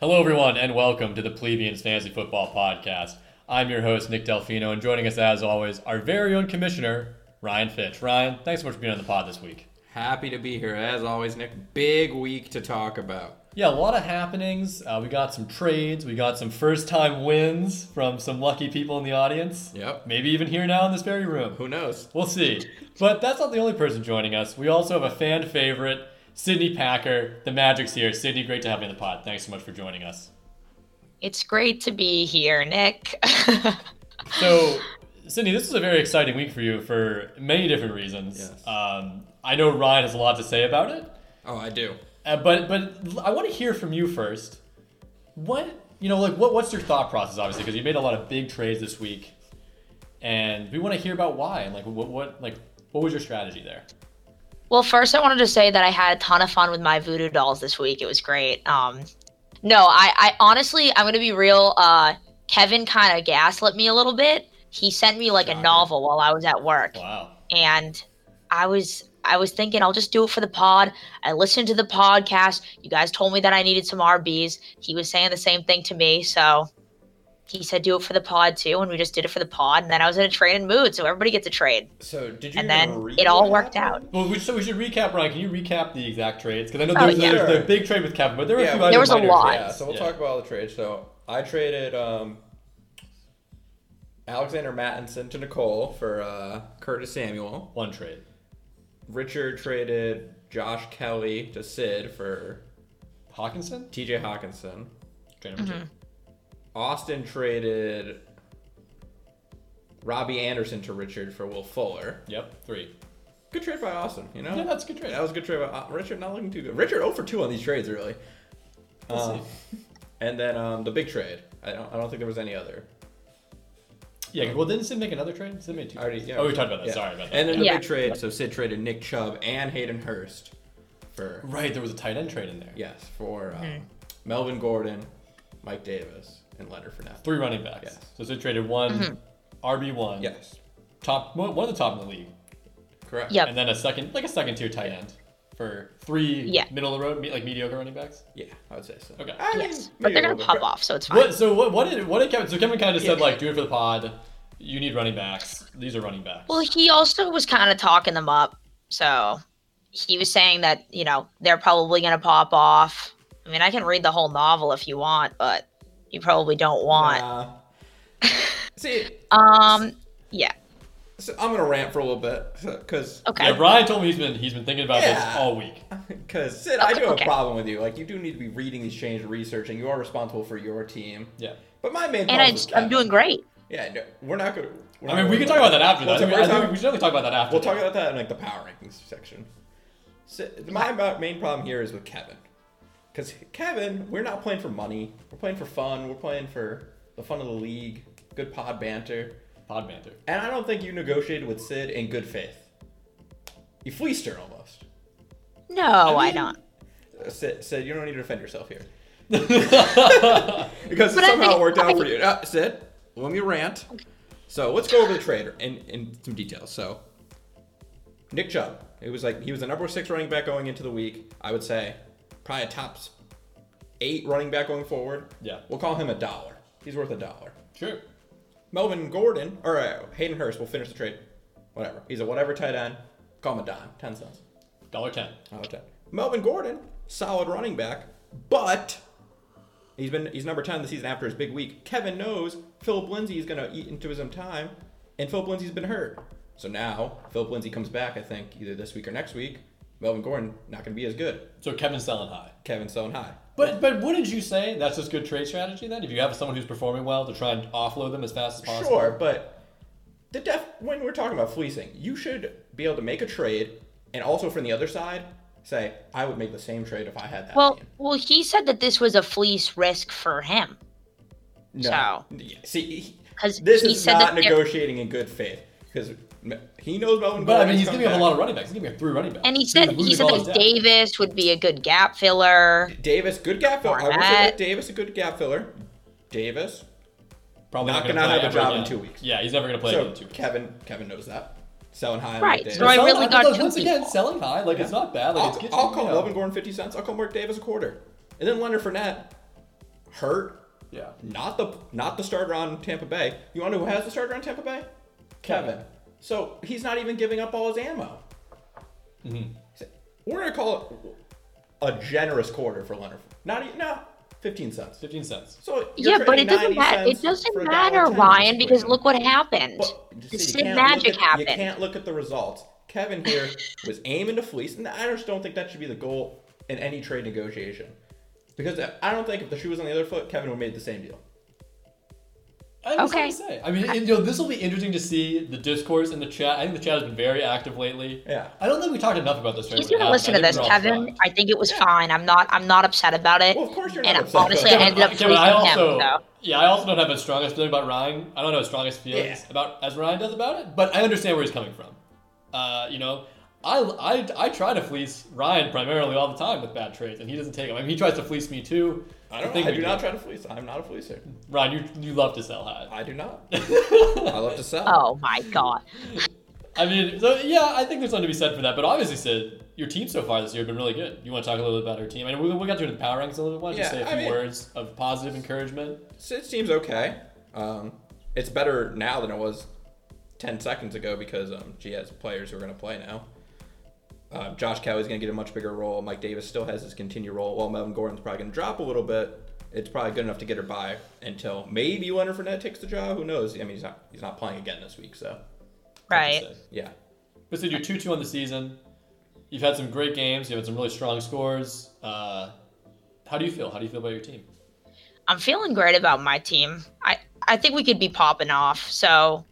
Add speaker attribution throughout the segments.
Speaker 1: Hello, everyone, and welcome to the Plebeians Fantasy Football Podcast. I'm your host, Nick Delfino, and joining us, as always, our very own commissioner, Ryan Fitch. Ryan, thanks so much for being on the pod this week.
Speaker 2: Happy to be here as always, Nick. Big week to talk about.
Speaker 1: Yeah, a lot of happenings. Uh, we got some trades. We got some first time wins from some lucky people in the audience.
Speaker 2: Yep.
Speaker 1: Maybe even here now in this very room.
Speaker 2: Who knows?
Speaker 1: We'll see. But that's not the only person joining us. We also have a fan favorite, Sydney Packer. The Magic's here. Sydney, great to have you on the pod. Thanks so much for joining us.
Speaker 3: It's great to be here, Nick.
Speaker 1: So, Sydney, this is a very exciting week for you for many different reasons.
Speaker 2: Yes.
Speaker 1: Um, I know Ryan has a lot to say about it,
Speaker 2: Oh, I do.
Speaker 1: uh, but but I want to hear from you first. What you know, like what what's your thought process? Obviously, because you made a lot of big trades this week, and we want to hear about why and like what what like what was your strategy there?
Speaker 3: well, first, I wanted to say that I had a ton of fun with my voodoo dolls this week. It was great. Um, no, I, I honestly, I'm going to be real. Uh, Kevin kind of gaslit me a little bit. He sent me like
Speaker 2: Shocker.
Speaker 3: a novel while I was at work.
Speaker 1: Wow.
Speaker 3: and I was I was thinking I'll just do it for the pod. I listened to the podcast. You guys told me that I needed some RBs. He was saying the same thing to me, so he said do it for the pod too, and we just did it for the pod. And then I was in a trading mood, so everybody gets a trade.
Speaker 2: So did you? even
Speaker 3: And then
Speaker 2: read
Speaker 3: it all
Speaker 2: what
Speaker 3: worked
Speaker 2: happened?
Speaker 1: Well, we, so we should recap, Ryan. Can you recap the exact trades? Because I know
Speaker 3: Oh,
Speaker 1: there's,
Speaker 3: yeah.
Speaker 1: there's the big trade with Kevin, but there were
Speaker 2: Yeah,
Speaker 1: a few other
Speaker 3: There was a
Speaker 1: minor
Speaker 3: lot.
Speaker 1: trades.
Speaker 2: Yeah. So we'll
Speaker 1: Yeah.
Speaker 2: talk about all the trades. So I traded um, Alexander Mattinson to Nicole for uh, Curtis Samuel.
Speaker 1: one trade.
Speaker 2: Richard traded Josh Kelly to Sid for
Speaker 1: Hawkinson?
Speaker 2: T.J. Hawkinson.
Speaker 1: Trade number
Speaker 3: Mm-hmm.
Speaker 1: two.
Speaker 2: Austin traded Robbie Anderson to Richard for Will Fuller.
Speaker 1: Yep, three.
Speaker 2: Good trade by Austin, you know?
Speaker 1: Yeah, that's a good trade.
Speaker 2: That was a good trade by uh, Richard. Not looking too good. Richard 0 for 2 on these trades, really. Um, and then um, the big trade. I don't, I don't think there was any other.
Speaker 1: Yeah, well, didn't Sid make another trade? Sid made two.
Speaker 2: I already,
Speaker 1: trades.
Speaker 2: yeah,
Speaker 1: oh, we talked about that.
Speaker 2: yeah.
Speaker 1: Sorry about that.
Speaker 2: And then
Speaker 1: yeah.
Speaker 3: Yeah.
Speaker 2: the big trade. So Sid traded Nick Chubb and Hayden Hurst for,
Speaker 1: right, there was a tight end trade in there.
Speaker 2: yes, for um,
Speaker 3: Mm-hmm.
Speaker 2: Melvin Gordon, Mike Davis, and Leonard Fournette.
Speaker 1: Three running backs.
Speaker 2: Yes.
Speaker 1: So Sid traded one
Speaker 3: Mm-hmm.
Speaker 1: RB one.
Speaker 2: Yes,
Speaker 1: Top one of the top in the league,
Speaker 2: correct.
Speaker 3: Yep.
Speaker 1: and then a second, like a second tier tight end for three
Speaker 3: Yeah.
Speaker 1: middle of the road, me- like mediocre running backs.
Speaker 2: Yeah, I would say so.
Speaker 1: Okay.
Speaker 2: I mean,
Speaker 3: Yes, but
Speaker 2: maybe
Speaker 3: they're
Speaker 2: a
Speaker 3: gonna
Speaker 2: little bit.
Speaker 3: pop off, so it's fine.
Speaker 1: What? So what? What did? What did Kevin? So Kevin kind of just said
Speaker 2: Yeah.
Speaker 1: like, do it for the pod. You need running backs. These are running backs.
Speaker 3: Well, he also was kind of talking them up, so he was saying that you know they're probably gonna pop off. I mean, I can read the whole novel if you want, but you probably don't want.
Speaker 2: Nah. See,
Speaker 3: Um, yeah.
Speaker 2: so I'm gonna rant for a little bit because
Speaker 3: Okay.
Speaker 1: yeah, Brian told me he's been he's been thinking about this
Speaker 2: Yeah.
Speaker 1: all week.
Speaker 2: because Sid, I do have
Speaker 3: Okay.
Speaker 2: a problem with you. Like, you do need to be reading these changes, researching. You are responsible for your team.
Speaker 1: Yeah.
Speaker 2: But my main
Speaker 3: and I
Speaker 2: problem is
Speaker 3: I'm
Speaker 2: Kevin.
Speaker 3: doing great.
Speaker 2: Yeah, no, we're not gonna. We're
Speaker 1: I
Speaker 2: not
Speaker 1: mean, we
Speaker 2: gonna
Speaker 1: can talk about that after
Speaker 2: Uh-huh. We'll
Speaker 1: that. I think- I
Speaker 2: talk- we're
Speaker 1: think
Speaker 2: talk-
Speaker 1: we should definitely talk about that after.
Speaker 2: We'll talk
Speaker 1: that.
Speaker 2: about that in like the power rankings section. Sid, my about main problem here is with Kevin, because Kevin, we're not playing for money. We're playing for fun. We're playing for the fun of the league, good pod banter.
Speaker 1: pod banter.
Speaker 2: And I don't think you negotiated with Sid in good faith. You fleeced her almost.
Speaker 3: No, I
Speaker 2: mean-
Speaker 3: don't.
Speaker 2: Uh, Sid, Sid, you don't need to defend yourself here. because
Speaker 3: But I
Speaker 2: somehow
Speaker 3: think-
Speaker 2: it worked out
Speaker 3: I-
Speaker 2: for you. Uh, Sid, let me rant. So let's go over the trade er, in, in some detail. So Nick Chubb, it was like he was the number six running back going into the week. I would say probably a top s- eight running back going forward.
Speaker 1: Yeah.
Speaker 2: We'll call him a dollar. He's worth a dollar.
Speaker 1: Sure.
Speaker 2: Melvin Gordon, or uh, Hayden Hurst, will finish the trade. Whatever. He's a whatever tight end. Call him a dime. 10 cents.
Speaker 1: Dollar ten.
Speaker 2: I'll take it. Melvin Gordon, solid running back, but he's been he's number ten the season after his big week. Kevin knows Philip Lindsay is going to eat into his own time, and Philip Lindsay's been hurt. So now Philip Lindsay comes back, I think, either this week or next week. Melvin Gordon not going to be as good.
Speaker 1: So Kevin's selling high.
Speaker 2: Kevin's selling high.
Speaker 1: But but wouldn't you say that's just good trade strategy then? If you have someone who's performing well to try and offload them as fast as possible.
Speaker 2: Sure, but the def when we're talking about fleecing, you should be able to make a trade, and also from the other side, say I would make the same trade if I had that.
Speaker 3: Well,
Speaker 2: team."
Speaker 3: well, he said that this was a fleece risk for him
Speaker 2: No.
Speaker 3: So-
Speaker 2: Yeah, See, he-
Speaker 3: 'Cause
Speaker 2: this
Speaker 3: he
Speaker 2: is
Speaker 3: said
Speaker 2: not
Speaker 3: that they're-
Speaker 2: negotiating in good faith because he knows Melvin.
Speaker 1: But I
Speaker 2: Gordon's
Speaker 1: mean, he's
Speaker 2: coming
Speaker 1: giving up a
Speaker 2: back.
Speaker 1: lot of running backs. He's giving up three running backs.
Speaker 3: and he
Speaker 1: Dude,
Speaker 3: said he
Speaker 1: losing
Speaker 3: said
Speaker 1: all
Speaker 3: that
Speaker 1: his depth.
Speaker 3: Davis would be a good gap filler.
Speaker 2: Davis, good gap filler. I would say that
Speaker 3: Barnett.
Speaker 2: Davis a good gap filler. Davis.
Speaker 1: probably
Speaker 2: not
Speaker 1: gonna
Speaker 2: gonna
Speaker 1: play
Speaker 2: have a
Speaker 1: ever
Speaker 2: job
Speaker 1: again.
Speaker 2: in two weeks.
Speaker 1: Yeah, he's never going to play again
Speaker 2: So
Speaker 1: in two weeks.
Speaker 2: Kevin, Kevin knows that. Selling high. on
Speaker 3: Right,
Speaker 2: Davis.
Speaker 3: so I
Speaker 1: Selling
Speaker 3: really
Speaker 1: high,
Speaker 3: got
Speaker 1: but
Speaker 3: two
Speaker 1: once again
Speaker 3: people.
Speaker 1: selling high. Like it's not bad. Like
Speaker 2: I'll,
Speaker 1: it's good.
Speaker 2: I'll call
Speaker 1: you know.
Speaker 2: Melvin Gordon fifty cents. I'll call Mark Davis a quarter, and then Leonard Fournette. hurt.
Speaker 1: Yeah.
Speaker 2: Not the not the starter on Tampa Bay. You want to know who has the starter on Tampa Bay? Kevin.
Speaker 1: Kevin.
Speaker 2: So he's not even giving up all his ammo. So We're gonna call it a generous quarter for Leonard. Not even no, fifteen cents.
Speaker 1: 15 cents.
Speaker 2: So you're
Speaker 3: Yeah, but
Speaker 2: trading
Speaker 3: it doesn't
Speaker 2: 90
Speaker 3: matter. It
Speaker 2: cents for $1.10
Speaker 3: doesn't matter,
Speaker 2: in
Speaker 3: Ryan,
Speaker 2: this
Speaker 3: because
Speaker 2: equation.
Speaker 3: look what happened.
Speaker 2: Well,
Speaker 3: the
Speaker 2: see, you
Speaker 3: Sid
Speaker 2: can't
Speaker 3: magic
Speaker 2: look at- You
Speaker 3: happened.
Speaker 2: can't look at the results. Kevin here was aiming to fleece, and I just don't think that should be the goal in any trade negotiation. Because I don't think if the shoe was on the other foot, Kevin would have made the same deal.
Speaker 1: I was
Speaker 3: Okay.
Speaker 1: gonna say. I mean, and, you know, this will be interesting to see the discourse in the chat. I think the chat has been very active lately.
Speaker 2: Yeah.
Speaker 1: I don't think we talked enough about this. right?
Speaker 3: He's
Speaker 1: What
Speaker 3: gonna
Speaker 1: happened.
Speaker 3: listen
Speaker 1: I
Speaker 3: to
Speaker 1: think
Speaker 3: this,
Speaker 1: we're all
Speaker 3: Kevin.
Speaker 1: fucked.
Speaker 3: I think it was fine. I'm not. I'm not upset about it.
Speaker 2: Well, of course you're not
Speaker 3: and
Speaker 2: upset about
Speaker 3: honestly,
Speaker 2: it.
Speaker 3: I
Speaker 2: Kevin,
Speaker 3: ended up
Speaker 1: Yeah, but I
Speaker 3: tweeting
Speaker 1: also,
Speaker 3: him. So.
Speaker 1: yeah, I also don't have as strong as feeling about Ryan. I don't have as strong as feelings
Speaker 2: Yeah.
Speaker 1: about as Ryan does about it, but I understand where he's coming from. Uh, you know, I, I, I try to fleece Ryan primarily all the time with bad trades, and he doesn't take them. I mean, he tries to fleece me too.
Speaker 2: I don't.
Speaker 1: think
Speaker 2: I
Speaker 1: we
Speaker 2: do not try to fleece. I'm not a fleecer.
Speaker 1: Ryan, you you love to sell high.
Speaker 2: I do not. I love to sell.
Speaker 3: Oh my god.
Speaker 1: I mean, so yeah, I think there's something to be said for that. But obviously, Sid, your team so far this year has been really good. You want to talk a little bit about your team? I mean, we we got to the power rankings a little bit. Why don't you
Speaker 2: Yeah,
Speaker 1: say a
Speaker 2: I
Speaker 1: few
Speaker 2: mean-
Speaker 1: words of positive encouragement?
Speaker 2: Sid seems okay. Um, it's better now than it was 10 seconds ago because um, she has players who are going to play now. Um, Josh Kelly's going to get a much bigger role. Mike Davis still has his continued role. While Melvin Gordon's probably going to drop a little bit, it's probably good enough to get her by until maybe Leonard Fournette takes the job. Who knows? I mean, he's not he's not playing again this week, so
Speaker 3: Right.
Speaker 2: yeah.
Speaker 1: But Sid, you're two two on the season. You've had some great games. You've had some really strong scores. Uh, how do you feel? How do you feel about your team?
Speaker 3: I'm feeling great about my team. I I think we could be popping off. So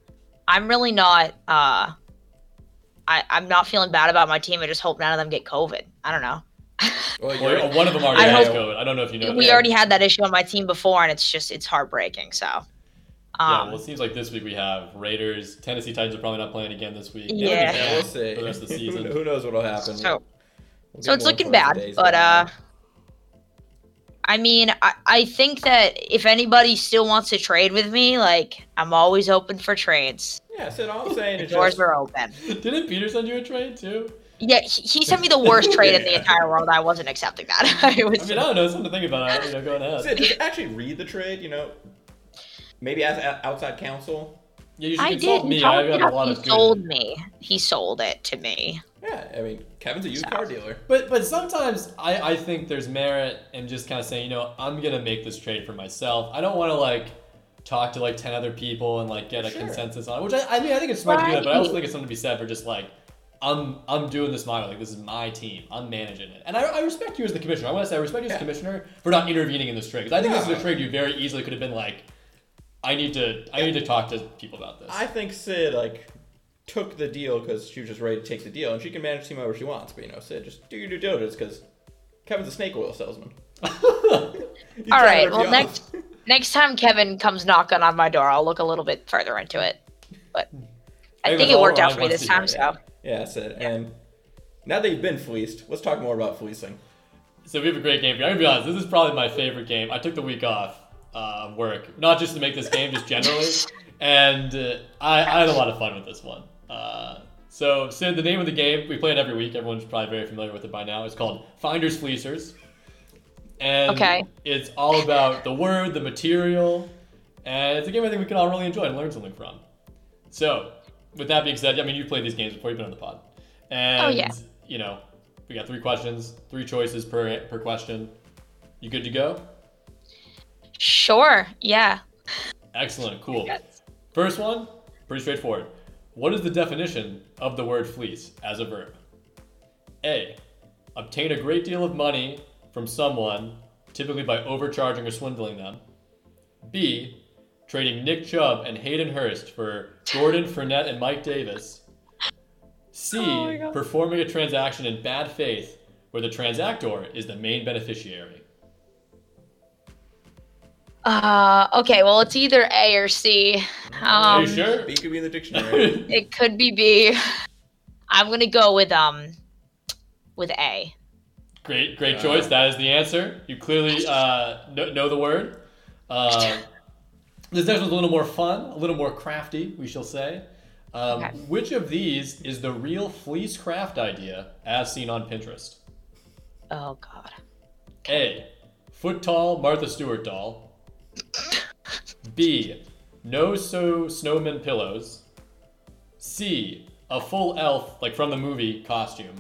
Speaker 3: I'm really not. Uh, I I'm not feeling bad about my team. I just hope none of them get COVID. I don't know.
Speaker 2: Well,
Speaker 1: Or,
Speaker 2: you're-
Speaker 1: or one of them already
Speaker 3: I
Speaker 1: has
Speaker 3: hope-
Speaker 1: COVID. I don't know if you know.
Speaker 3: We
Speaker 1: that.
Speaker 3: already had that issue on my team before, and it's just it's heartbreaking. So.
Speaker 1: Yeah,
Speaker 3: Um,
Speaker 1: well, it seems like this week we have Raiders. Tennessee Titans are probably not playing again this week.
Speaker 3: Yeah.
Speaker 1: They'll be
Speaker 2: yeah, we'll
Speaker 1: back
Speaker 2: see.
Speaker 1: For the rest of the
Speaker 2: Who-
Speaker 1: season.
Speaker 2: who knows what'll happen?
Speaker 3: so
Speaker 2: We'll
Speaker 3: So
Speaker 2: get
Speaker 3: it's
Speaker 2: more
Speaker 3: looking
Speaker 2: information
Speaker 3: bad,
Speaker 2: today's
Speaker 3: but uh,
Speaker 2: deadline.
Speaker 3: I mean, I, I think that if anybody still wants to trade with me, like I'm always open for trades.
Speaker 2: yeah. Sid, all I'm saying
Speaker 3: The
Speaker 2: is
Speaker 3: doors
Speaker 2: just,
Speaker 3: are open.
Speaker 1: Didn't Peter send you a trade too?
Speaker 3: Yeah, he, he sent me the worst trade in the
Speaker 2: Yeah.
Speaker 3: entire world. I wasn't accepting that. it
Speaker 1: I
Speaker 3: was
Speaker 1: mean, I don't know. Something to think about. You know, go ahead.
Speaker 2: Sid, just actually read the trade. You know, maybe ask a- outside counsel.
Speaker 1: Yeah, you should
Speaker 3: I
Speaker 1: consult
Speaker 3: did.
Speaker 1: me.
Speaker 3: He,
Speaker 1: I've
Speaker 3: followed it
Speaker 1: got
Speaker 3: up.
Speaker 1: a lot
Speaker 3: he
Speaker 1: of good.
Speaker 3: sold me. He sold it to me.
Speaker 2: Yeah, I mean, Kevin's a used car dealer.
Speaker 1: But but sometimes I, I think there's merit in just kind of saying, you know, I'm gonna make this trade for myself. I don't want to like talk to like ten other people and like get a
Speaker 2: Sure.
Speaker 1: consensus on it. Which I, I mean I think it's smart to do that, but I also
Speaker 3: Right.
Speaker 1: think it's something to be said for just like I'm I'm doing this my way. Like this is my team. I'm managing it, and I, I respect you as the commissioner. I want to say I respect you as
Speaker 2: Yeah.
Speaker 1: the commissioner for not intervening in this trade because I think this is
Speaker 2: No.
Speaker 1: a trade you very easily could have been like, I need to I need to talk to people about this.
Speaker 2: I think Sid like took the deal because she was just ready to take the deal, and she can manage the team however she wants. But you know, Sid, just do your due diligence because Kevin's a snake oil salesman. You
Speaker 3: All
Speaker 2: try to
Speaker 3: right.
Speaker 2: rip you
Speaker 3: Well,
Speaker 2: off.
Speaker 3: next next time Kevin comes knocking on my door, I'll look a little bit further into it. But I
Speaker 1: Maybe
Speaker 3: think
Speaker 1: that's
Speaker 3: it
Speaker 1: all
Speaker 3: worked out
Speaker 1: Ryan
Speaker 3: for me
Speaker 1: wants
Speaker 3: this
Speaker 1: to
Speaker 3: time.
Speaker 1: hear,
Speaker 3: So
Speaker 2: Yeah, Sid. And now that you've been fleeced, let's talk more about fleecing.
Speaker 1: So we have a great game. for you. I'm gonna be honest. This is probably my favorite game. I took the week off uh, of work, not just to make this game, just generally. And uh, I, I had a lot of fun with this one. Uh, so Sid, the name of the game we play it every week. Everyone's probably very familiar with it by now. It's called Finders Fleecers, and
Speaker 3: Okay.
Speaker 1: it's all about the word, the material, and it's a game I think we can all really enjoy and learn something from. So, with that being said, I mean, you've played these games before. You've been on the pod, and
Speaker 3: Oh, yeah.
Speaker 1: you know, we got three questions, three choices per per question. You good to go?
Speaker 3: sure. Yeah.
Speaker 1: Excellent, cool. First one, pretty straightforward. What is the definition of the word fleece as a verb? A. Obtain a great deal of money from someone, typically by overcharging or swindling them. B. Trading Nick Chubb and Hayden Hurst for Jordan Fournette and Mike Davis. C.
Speaker 3: Oh my God.
Speaker 1: performing a transaction in bad faith where the transactor is the main beneficiary.
Speaker 3: Uh, okay, well, it's either A or C.
Speaker 1: Are
Speaker 3: Um,
Speaker 1: you sure?
Speaker 2: B could be in the dictionary.
Speaker 3: It could be B. I'm gonna go with um, with A.
Speaker 1: Great, great choice. That is the answer. You clearly uh, know, know the word. Uh, this next one's a little more fun, a little more crafty, we shall say. Um,
Speaker 3: Okay.
Speaker 1: Which of these is the real fleece craft idea as seen on Pinterest?
Speaker 3: Oh God.
Speaker 1: A. Foot tall, Martha Stewart doll. B. No so snowman pillows. C. A full elf, like from the movie, costume.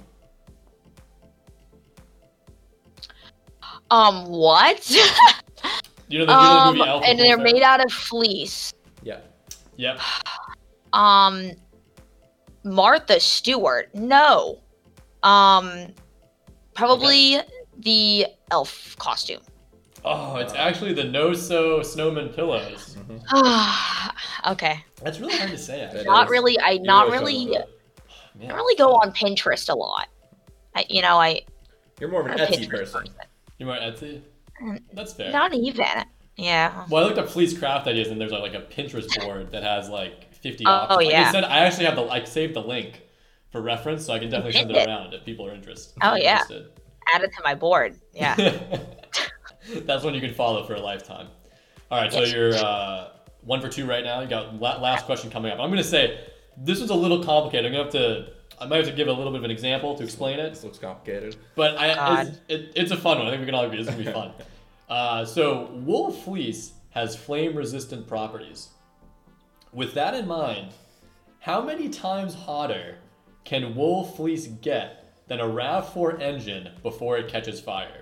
Speaker 3: Um, what?
Speaker 1: You know the, you know the
Speaker 3: um,
Speaker 1: movie Elf.
Speaker 3: and they're made out of fleece.
Speaker 2: Yeah.
Speaker 1: Yep.
Speaker 3: Um, Martha Stewart. No. Um, probably the elf costume.
Speaker 1: Oh, it's actually the no so snowman pillows.
Speaker 2: mm-hmm.
Speaker 3: okay.
Speaker 1: That's really hard to say. Actually.
Speaker 3: Not
Speaker 2: is-
Speaker 3: really. I
Speaker 2: You
Speaker 3: not
Speaker 2: know what I'm
Speaker 3: really.
Speaker 2: talking about.
Speaker 1: Man.
Speaker 3: I don't really go on Pinterest a lot. I, you know, I
Speaker 2: You're more of an
Speaker 3: I'm a
Speaker 2: Etsy
Speaker 3: Pinterest
Speaker 2: person.
Speaker 1: You might Etsy. That's fair.
Speaker 3: Um, not even. Yeah.
Speaker 1: Well, I looked up fleece craft ideas, and there's like a Pinterest board that has like 50
Speaker 3: Oh,
Speaker 1: options. Like I
Speaker 3: yeah.
Speaker 1: said, I actually have the I saved the link for reference, so I can definitely send it
Speaker 3: Hit it.
Speaker 1: around if people are interest-
Speaker 3: Oh, yeah.
Speaker 1: interested.
Speaker 3: Add it to my board. Yeah.
Speaker 1: That's one you can follow for a lifetime. All right,
Speaker 3: Yes.
Speaker 1: so you're uh, one for two right now. You got la- last question coming up. I'm gonna say this was a little complicated. I'm gonna have to. I might have to give a little bit of an example to explain it.
Speaker 2: This looks complicated.
Speaker 1: But I, it's,
Speaker 3: God.
Speaker 1: it, it's a fun one. I think we can all agree this is gonna be fun. Uh, so wool fleece has flame-resistant properties. With that in mind, how many times hotter can wool fleece get than a Rav4 engine before it catches fire?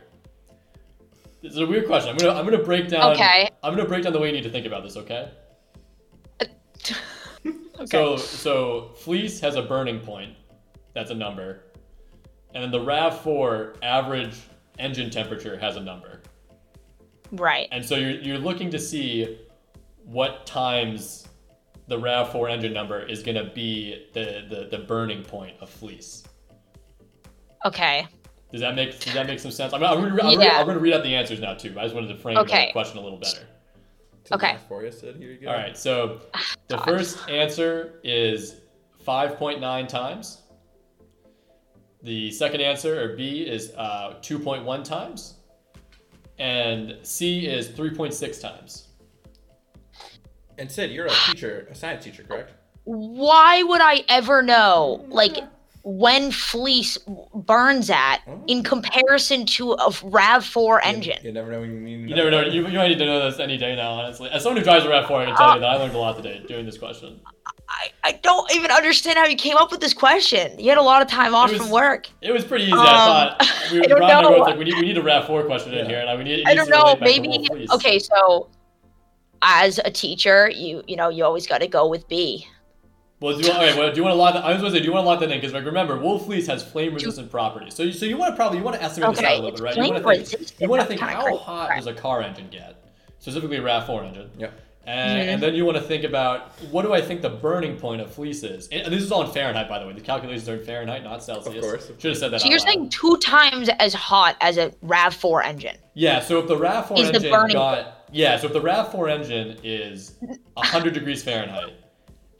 Speaker 1: This is a weird question. I'm gonna I'm gonna break down.
Speaker 3: Okay.
Speaker 1: I'm gonna break down the way you need to think about this. Okay. So so fleece has a burning point. That's a number. And then the RAV4 average engine temperature has a number.
Speaker 3: Right.
Speaker 1: And so you're you're looking to see what times the RAV4 engine number is gonna be the, the, the burning point of fleece.
Speaker 3: Okay.
Speaker 1: Does that make does that make some sense? I'm, I'm, gonna, re- I'm, gonna-
Speaker 3: Yeah.
Speaker 1: I'm gonna read out the answers now too. but I just wanted to frame
Speaker 3: Okay.
Speaker 1: the question a little better.
Speaker 2: To
Speaker 3: Okay.
Speaker 2: the For you, Sid. Here you go.
Speaker 1: All right, so the
Speaker 3: Ah,
Speaker 1: first answer is 5.9 times. The second answer, or B, is uh, 2.1 times. And C is 3.6 times.
Speaker 2: And Sid, you're a teacher, a science teacher, correct?
Speaker 3: Why would I ever know? Like when fleece burns at
Speaker 2: Oh.
Speaker 3: in comparison to a Rav4 engine.
Speaker 2: You never know when you need.
Speaker 1: You never know. You, you might need to know this any day now, honestly. As someone who drives around for, I can tell you that I learned a lot today doing this question.
Speaker 3: I, I don't even understand how you came up with this question. You had a lot of time off
Speaker 1: It was-
Speaker 3: from work.
Speaker 1: It was pretty easy.
Speaker 3: Um,
Speaker 1: I thought we
Speaker 3: I don't
Speaker 1: Rob and I were
Speaker 3: know.
Speaker 1: both like, we need we need a RAV four question in
Speaker 2: Yeah.
Speaker 1: here, and I we need. it
Speaker 3: I
Speaker 1: needs
Speaker 3: don't
Speaker 1: to relate
Speaker 3: know.
Speaker 1: back to
Speaker 3: Maybe
Speaker 1: Wolf Fleece.
Speaker 3: okay. So, as a teacher, you you know you always got to go with B.
Speaker 1: Well, do you, all right, well, do you want to lock? That, I was going to say, do you want to lock that in? Because like, remember, wool fleece has flame-resistant properties. So, you, so you want to probably you want to estimate this out a
Speaker 3: Okay,
Speaker 1: little
Speaker 3: it's
Speaker 1: bit, right?
Speaker 3: flame
Speaker 1: You want to think,
Speaker 3: resistant.
Speaker 1: you wanna
Speaker 3: That's
Speaker 1: think
Speaker 3: kinda
Speaker 1: how
Speaker 3: crazy.
Speaker 1: hot does a car engine get, specifically a Rav Four engine,
Speaker 2: Yeah.
Speaker 1: and,
Speaker 3: Mm-hmm.
Speaker 1: and then you want to think about what do I think the burning point of fleece is? And this is all in Fahrenheit, by the way. The calculations are in Fahrenheit, not Celsius.
Speaker 2: course, of
Speaker 1: should have said that.
Speaker 3: So
Speaker 1: out
Speaker 3: you're
Speaker 1: loud.
Speaker 3: saying two times as hot as a Rav Four engine.
Speaker 1: Yeah, so if the RAV4
Speaker 3: Is the
Speaker 1: engine
Speaker 3: burning-
Speaker 1: got yeah, so if the RAV4 engine is 100 degrees Fahrenheit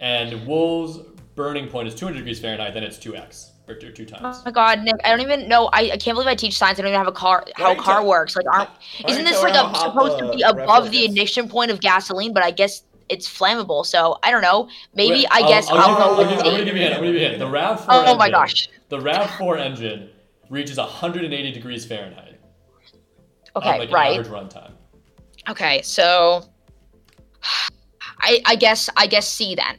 Speaker 1: and wool's burning point is 200 degrees Fahrenheit, then it's 2x or two, two
Speaker 3: Oh
Speaker 1: times.
Speaker 3: my God, Nick! I don't even know. I, I can't believe I teach science. I don't even have a car. How
Speaker 2: don't
Speaker 3: a
Speaker 2: you
Speaker 3: car
Speaker 2: tell-
Speaker 3: works? Like, aren't,
Speaker 2: don't
Speaker 3: isn't
Speaker 2: you
Speaker 3: this
Speaker 2: tell
Speaker 3: like
Speaker 2: her how
Speaker 3: a,
Speaker 2: hot
Speaker 3: supposed
Speaker 2: the
Speaker 3: to be
Speaker 2: Rav Four
Speaker 3: above the
Speaker 2: is?
Speaker 3: ignition point of gasoline? But I guess it's flammable. So I don't know. Maybe
Speaker 1: Wait,
Speaker 3: I
Speaker 1: I'll-
Speaker 3: guess
Speaker 1: I'll,
Speaker 3: I'll,
Speaker 1: give-
Speaker 3: go
Speaker 1: I'll
Speaker 3: with
Speaker 1: give- I'm gonna
Speaker 3: B.
Speaker 1: give you a hint. I'm gonna give you a hint. The RAV4
Speaker 3: Oh my
Speaker 1: engine-
Speaker 3: gosh.
Speaker 1: The RAV4 engine reaches 180 degrees Fahrenheit on
Speaker 3: Okay,
Speaker 1: like
Speaker 3: right.
Speaker 1: an average runtime.
Speaker 3: Okay, so I I guess I guess C then.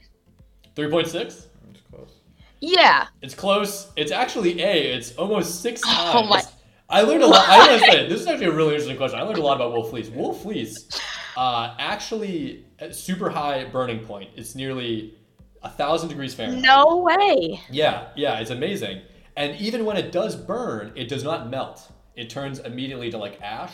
Speaker 1: 3.6?
Speaker 2: It's close.
Speaker 3: Yeah.
Speaker 1: It's close. It's actually A. It's almost six times.
Speaker 3: Oh my-
Speaker 1: I learned a lot. I gotta say, this is actually a really interesting question. I learned a lot about wool fleece. Wool fleece, uh, actually, at super high burning point. It's nearly a thousand degrees Fahrenheit.
Speaker 3: No way.
Speaker 1: Yeah, yeah, it's amazing. And even when it does burn, it does not melt. It turns immediately to like ash.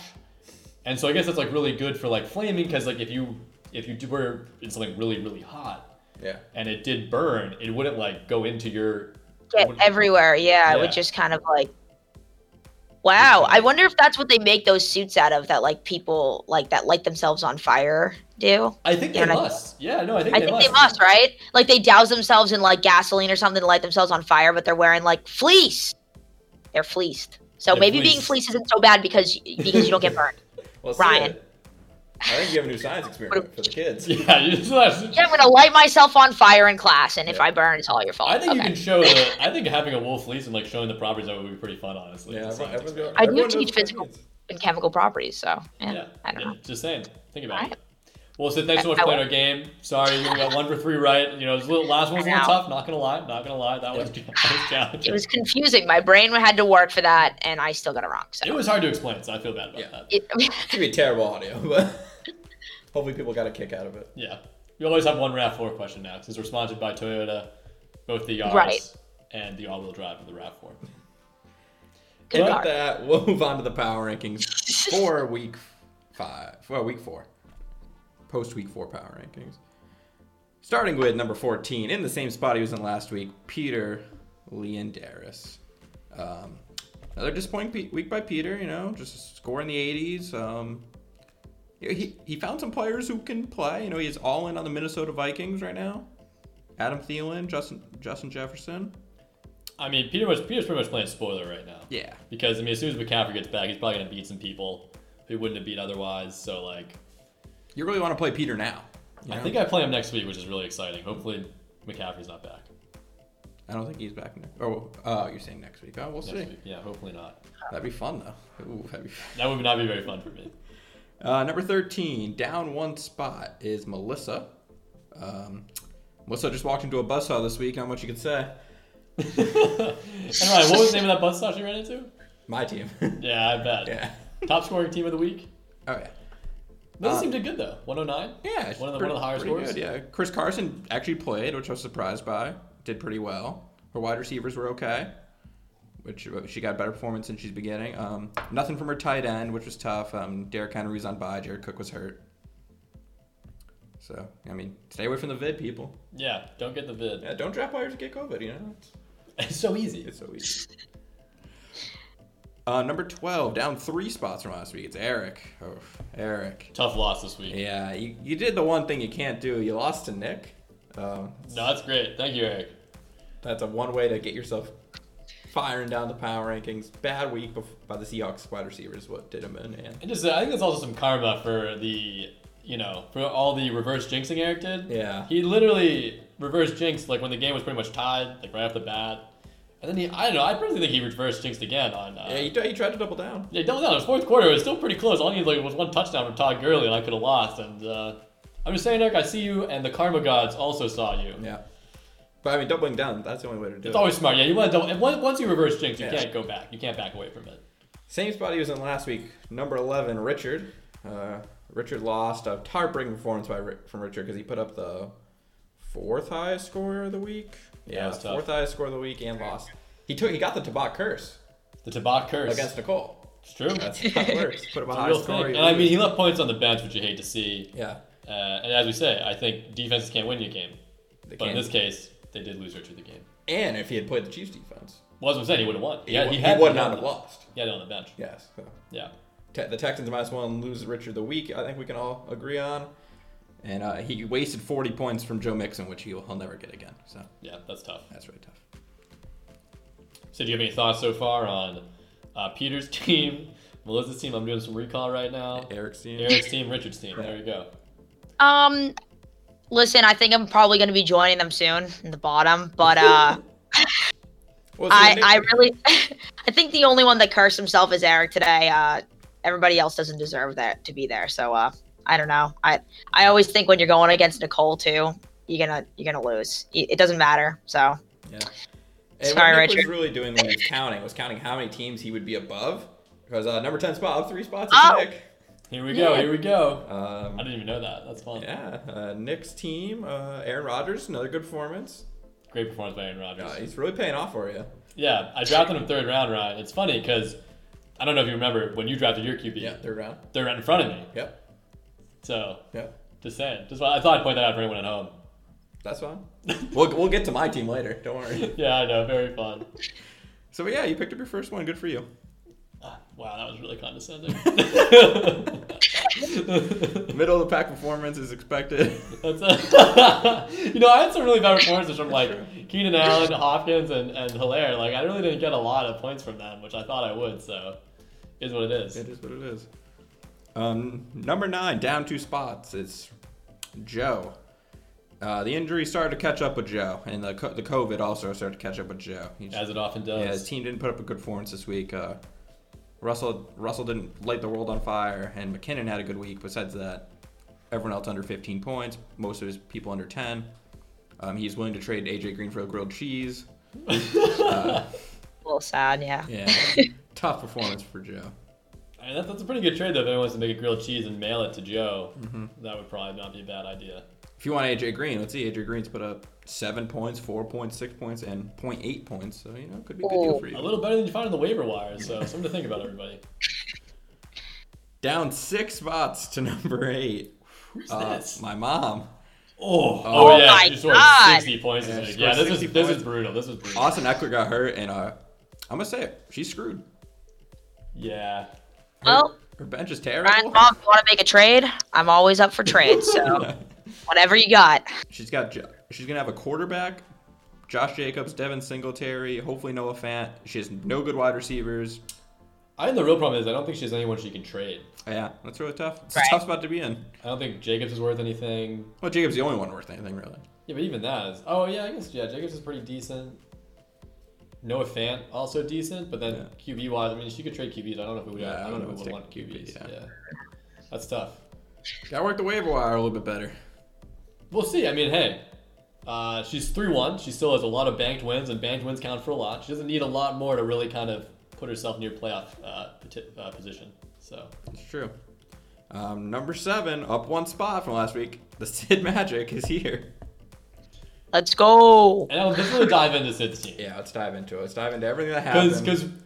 Speaker 1: And so I guess that's like really good for like flaming because like if you if you do- were in something really really hot
Speaker 2: Yeah.
Speaker 1: and it did burn, it wouldn't like go into your
Speaker 3: Get
Speaker 1: wouldn't-
Speaker 3: everywhere. Yeah, it
Speaker 1: Yeah.
Speaker 3: would just kind of like Wow, I wonder if that's what they make those suits out of that like people like that light themselves on fire do.
Speaker 1: I think they
Speaker 3: Yeah, and I-
Speaker 1: must. Yeah, no, I think,
Speaker 3: I
Speaker 1: they,
Speaker 3: think
Speaker 1: must.
Speaker 3: they must, right? Like they douse themselves in like gasoline or something to light themselves on fire, but they're wearing like fleece. They're fleeced. So
Speaker 1: They're
Speaker 3: maybe being
Speaker 1: fleeced.
Speaker 3: fleeced isn't so bad because because you don't get burned.
Speaker 2: Well,
Speaker 3: Ryan.
Speaker 2: Sid, I think you have a new science experiment for the kids.
Speaker 1: Yeah, you just have to-
Speaker 3: Yeah, I'm gonna light myself on fire in class, and if
Speaker 2: Yeah.
Speaker 3: I burn, it's all your fault.
Speaker 1: I think you
Speaker 3: Okay.
Speaker 1: can show the. I think having a wool fleece and like showing the properties of it would be pretty fun, honestly.
Speaker 2: Yeah,
Speaker 1: It's a
Speaker 2: everyone-
Speaker 1: science
Speaker 2: everyone's
Speaker 1: experiment.
Speaker 2: got-
Speaker 3: I do
Speaker 2: everyone knows
Speaker 3: teach
Speaker 2: what that
Speaker 3: physical-
Speaker 2: means.
Speaker 3: and chemical properties. So yeah,
Speaker 1: Yeah.
Speaker 3: I don't know.
Speaker 1: Just saying. Think about it.
Speaker 3: Alright.
Speaker 1: Well, so thanks so
Speaker 3: I-
Speaker 1: much
Speaker 3: I
Speaker 1: for playing
Speaker 3: will.
Speaker 1: our game. Sorry, you only got one for three right. You know, this little, last one was a little
Speaker 3: I know.
Speaker 1: tough. Not gonna lie. Not gonna lie. That was, that was challenging.
Speaker 3: It was confusing. My brain had to work for that, and I still got it wrong. So
Speaker 1: hard to explain, so I feel bad about
Speaker 2: Yeah.
Speaker 1: that.
Speaker 3: it,
Speaker 2: It's gonna be terrible audio, but hopefully people got a kick out of it.
Speaker 1: Yeah. We always have one RAV4 question now, since we're sponsored by Toyota, both the Yaris
Speaker 3: Right.
Speaker 1: and the all-wheel drive of the RAV4.
Speaker 3: good
Speaker 2: With
Speaker 3: car.
Speaker 2: that, we'll move on to the power rankings for week five. Well, week four. Post week four power rankings. Starting with number 14, in the same spot he was in last week, Peter Leandaris. Um, another disappointing pe- week by Peter, you know, just a score in the 80s. Um, he- he, he found some players who can play. You know, he's all in on the Minnesota Vikings right now. Adam Thielen, Justin, Justin Jefferson.
Speaker 1: I mean, Peter was Peter's pretty much playing spoiler right now.
Speaker 2: Yeah.
Speaker 1: Because I mean, as soon as McCaffrey gets back, he's probably gonna beat some people who wouldn't have beat otherwise. So like,
Speaker 2: You really want to play Peter now. you
Speaker 1: I
Speaker 2: know?
Speaker 1: think I play him next week, which is really exciting. Hopefully, McCaffrey's not back.
Speaker 2: I don't think he's back. Ne- oh, uh, you're saying next week? Oh, we'll see.
Speaker 1: Next week. Yeah, hopefully not.
Speaker 2: That'd be fun though. Ooh, that'd be fun.
Speaker 1: That would not be very fun for me.
Speaker 2: Uh, number thirteen, down one spot is Melissa. Um, Melissa just walked into a buzzsaw this week. How much you can say?
Speaker 1: And Ryan, what was the name of that bus stop you ran into?
Speaker 2: My team.
Speaker 1: Yeah, I bet.
Speaker 2: yeah.
Speaker 1: Top scoring team of the week.
Speaker 2: Oh yeah.
Speaker 1: Those
Speaker 2: Uh,
Speaker 1: seem to good though. 109.
Speaker 2: Yeah. it's
Speaker 1: One of the-
Speaker 2: pretty-
Speaker 1: one of the higher
Speaker 2: pretty
Speaker 1: scores?
Speaker 2: Good, yeah. Chris Carson actually played, which I was surprised by. Did pretty well. Her wide receivers were okay, which uh, she got better performance than she's beginning. Um, nothing from her tight end, which was tough. Um, Derek Henry was on bye. Jared Cook was hurt. So I mean, stay away from the vid, people.
Speaker 1: Yeah, don't get the vid.
Speaker 2: Yeah, don't draft players to get COVID. You know, it's,
Speaker 1: It's so easy.
Speaker 2: it's so easy. Uh, number twelve, down three spots from last week. It's Eric. Oh, Eric.
Speaker 1: Tough loss this week.
Speaker 2: Yeah, you, you did the one thing you can't do. You lost to Nick. Um,
Speaker 1: No, that's great. Thank you, Eric.
Speaker 2: that's a one way to get yourself firing down the power rankings. Bad week bef- by the Seahawks wide receivers. What did him in? And
Speaker 1: And just, uh, I think that's also some karma for the, you know, for all the reverse jinxing Eric did.
Speaker 2: Yeah.
Speaker 1: He literally reverse jinxed like when the game was pretty much tied, like right off the bat. And then he, I don't know, I personally think he reverse jinxed again on. Uh,
Speaker 2: yeah, you, you tried to double down.
Speaker 1: Yeah, double down. It was fourth quarter. It was still pretty close. All I needed like, was one touchdown from Todd Gurley, and I could have lost. And uh, I'm just saying, Eric, I see you, and the karma gods also saw you.
Speaker 2: Yeah, but I mean doubling down. That's the only way to do
Speaker 1: It's
Speaker 2: it.
Speaker 1: always smart. Yeah, you want to double. and Once once you reverse jinx, you
Speaker 2: Yeah.
Speaker 1: can't go back. You can't back away from it.
Speaker 2: Same spot he was in last week, number 11, Richard. Uh, Richard lost a heartbreaking performance by Ri- from Richard because he put up the fourth highest score of the week.
Speaker 1: Yeah, it was tough.
Speaker 2: fourth highest score of the week and lost. He took he got the Tabak curse
Speaker 1: The Tabak curse.
Speaker 2: against Nicole.
Speaker 1: It's true.
Speaker 2: That's
Speaker 1: That's
Speaker 2: how it works. Put up a
Speaker 1: a
Speaker 2: high
Speaker 1: real
Speaker 2: score.
Speaker 1: thing.
Speaker 2: you
Speaker 1: And I
Speaker 2: lose.
Speaker 1: mean, he left points on the bench, which you hate to see.
Speaker 2: yeah,
Speaker 1: Uh, and as we say, I think defenses can't win you a game.
Speaker 2: they
Speaker 1: But in
Speaker 2: can't-
Speaker 1: this case, they did lose Richard the game.
Speaker 2: and if he had played the Chiefs defense,
Speaker 1: Well, as I'm saying, he would have won.
Speaker 2: he,
Speaker 1: Yeah,
Speaker 2: would-
Speaker 1: he
Speaker 2: he
Speaker 1: had
Speaker 2: would
Speaker 1: he had
Speaker 2: not have
Speaker 1: it.
Speaker 2: lost.
Speaker 1: He had it on the bench.
Speaker 2: Yes. so.
Speaker 1: Yeah.
Speaker 2: Te- the Texans minus one lose Richard the week. I think we can all agree on. And uh, he wasted 40 points from Joe Mixon, which he'll, he'll never get again. So
Speaker 1: Yeah, that's tough.
Speaker 2: that's really tough.
Speaker 1: So, do you have any thoughts so far on uh, Peter's team, Melissa's team? I'm doing some recall right now.
Speaker 2: Eric's team.
Speaker 1: Eric's team, Richard's team. There you go.
Speaker 3: Um, listen, I think I'm probably going to be joining them soon in the bottom, but uh,
Speaker 2: Well, see,
Speaker 3: I
Speaker 2: Nick-
Speaker 3: I really I think the only one that cursed himself is Eric today. Uh, everybody else doesn't deserve that to be there. So uh, I don't know. I I always think when you're going against Nicole too, you're gonna you're gonna lose. It, it doesn't matter. So
Speaker 2: Yeah. And
Speaker 3: Sorry,
Speaker 2: what Nick was
Speaker 3: Richard.
Speaker 2: really doing when he was counting was counting how many teams he would be above. Because uh, number 10 spot, up three spots, is
Speaker 3: Oh.
Speaker 2: Nick.
Speaker 1: Here we go. Here we go. I
Speaker 2: Um,
Speaker 1: didn't even know that. That's fun.
Speaker 2: yeah, uh, Nick's team, uh, Aaron Rodgers, another good performance.
Speaker 1: Great performance by Aaron Rodgers.
Speaker 2: Uh, he's really paying off for you.
Speaker 1: Yeah, I drafted him third round, Ryan. It's funny because I don't know if you remember when you drafted your QB,
Speaker 2: Yeah, third round.
Speaker 1: they're right in front of me.
Speaker 2: Yep,
Speaker 1: So
Speaker 2: yep.
Speaker 1: just saying, just I thought I'd point that out for anyone at home.
Speaker 2: That's fine. we'll, we'll get to my team later. Don't worry.
Speaker 1: Yeah, I know, very fun.
Speaker 2: So, yeah, you picked up your first one. Good for you.
Speaker 1: Ah, Wow, that was really condescending.
Speaker 2: Middle of the pack performance is expected.
Speaker 1: That's a, you know, I had some really bad performances from like
Speaker 2: Sure.
Speaker 1: Keenan Allen, Hopkins, and and Hilaire. Like I really didn't get a lot of points from them, which I thought I would. So, is what it is.
Speaker 2: It is what it is. Um, number nine, down two spots. It's Joe. Uh, the injury started to catch up with Joe, and the co- the COVID also started to catch up with Joe. He's-
Speaker 1: As it often
Speaker 2: yeah, his
Speaker 1: does.
Speaker 2: team didn't put up a good performance this week. Uh, Russell Russell didn't light the world on fire, and McKinnon had a good week. Besides that, everyone else under 15 points. Most of his people under 10. Um, he's willing to trade AJ Green for a grilled cheese.
Speaker 3: A little sad, yeah.
Speaker 2: Yeah, tough performance for Joe.
Speaker 1: I mean, that's, that's a pretty good trade though. If anyone wants to make a grilled cheese and mail it to Joe,
Speaker 2: Mm-hmm.
Speaker 1: that would probably not be a bad idea.
Speaker 2: If you want AJ Green, let's see. AJ Green's put up seven points, four points, six points, and 0.8 points. So you know, it could be a good deal
Speaker 3: Oh.
Speaker 2: for you.
Speaker 1: A little better than you find on the waiver wire, so something to think about, everybody.
Speaker 2: Down six spots to number eight.
Speaker 1: Who's
Speaker 2: Uh,
Speaker 1: this?
Speaker 2: my mom.
Speaker 1: oh,
Speaker 2: Oh
Speaker 1: yeah,
Speaker 3: my
Speaker 1: she scored
Speaker 3: God.
Speaker 1: 60 points.
Speaker 2: Yeah,
Speaker 1: Yeah,
Speaker 2: she
Speaker 1: yeah
Speaker 2: scored
Speaker 1: this, is,
Speaker 2: 60
Speaker 1: this
Speaker 2: points.
Speaker 1: is brutal. This is brutal.
Speaker 2: Austin Eckler got hurt, and uh, I'm gonna say it. She's screwed.
Speaker 1: Yeah.
Speaker 3: Well,
Speaker 2: Her bench is terrible.
Speaker 3: Ryan, mom, you want to make a trade? I'm always up for trades. So whatever you got.
Speaker 2: She's got. Jo- She's gonna have a quarterback, Josh Jacobs, Devin Singletary, hopefully Noah Fant. She has no good wide receivers.
Speaker 1: I think the real problem is I don't think she has anyone she can trade.
Speaker 2: Yeah, that's really tough. It's
Speaker 3: Right.
Speaker 2: a tough spot to be in.
Speaker 1: I don't think Jacobs is worth anything.
Speaker 2: Well, Jacobs the only one worth anything really.
Speaker 1: Yeah, but even that is. Oh yeah, I guess yeah. Jacobs is pretty decent. Noah Fant also decent, but then QB wise, I mean, she could trade QBs. I don't know if we would.
Speaker 2: Yeah,
Speaker 1: I don't know if we would
Speaker 2: take
Speaker 1: want QBs.
Speaker 2: QB,
Speaker 1: yeah.
Speaker 2: yeah.
Speaker 1: that's tough.
Speaker 2: Gotta work the waiver wire a little bit better.
Speaker 1: We'll see. I mean, hey, uh, she's three one. She still has a lot of banked wins, and banked wins count for a lot. She doesn't need a lot more to really kind of put herself near playoff uh, poti- uh, position. So
Speaker 2: It's true. Um, number seven, up one spot from last week. The Sid Magic is here.
Speaker 3: Let's go.
Speaker 1: And I'll definitely dive into Sid's team.
Speaker 2: Yeah, let's dive into it. Let's dive into everything that
Speaker 1: Because
Speaker 2: happened.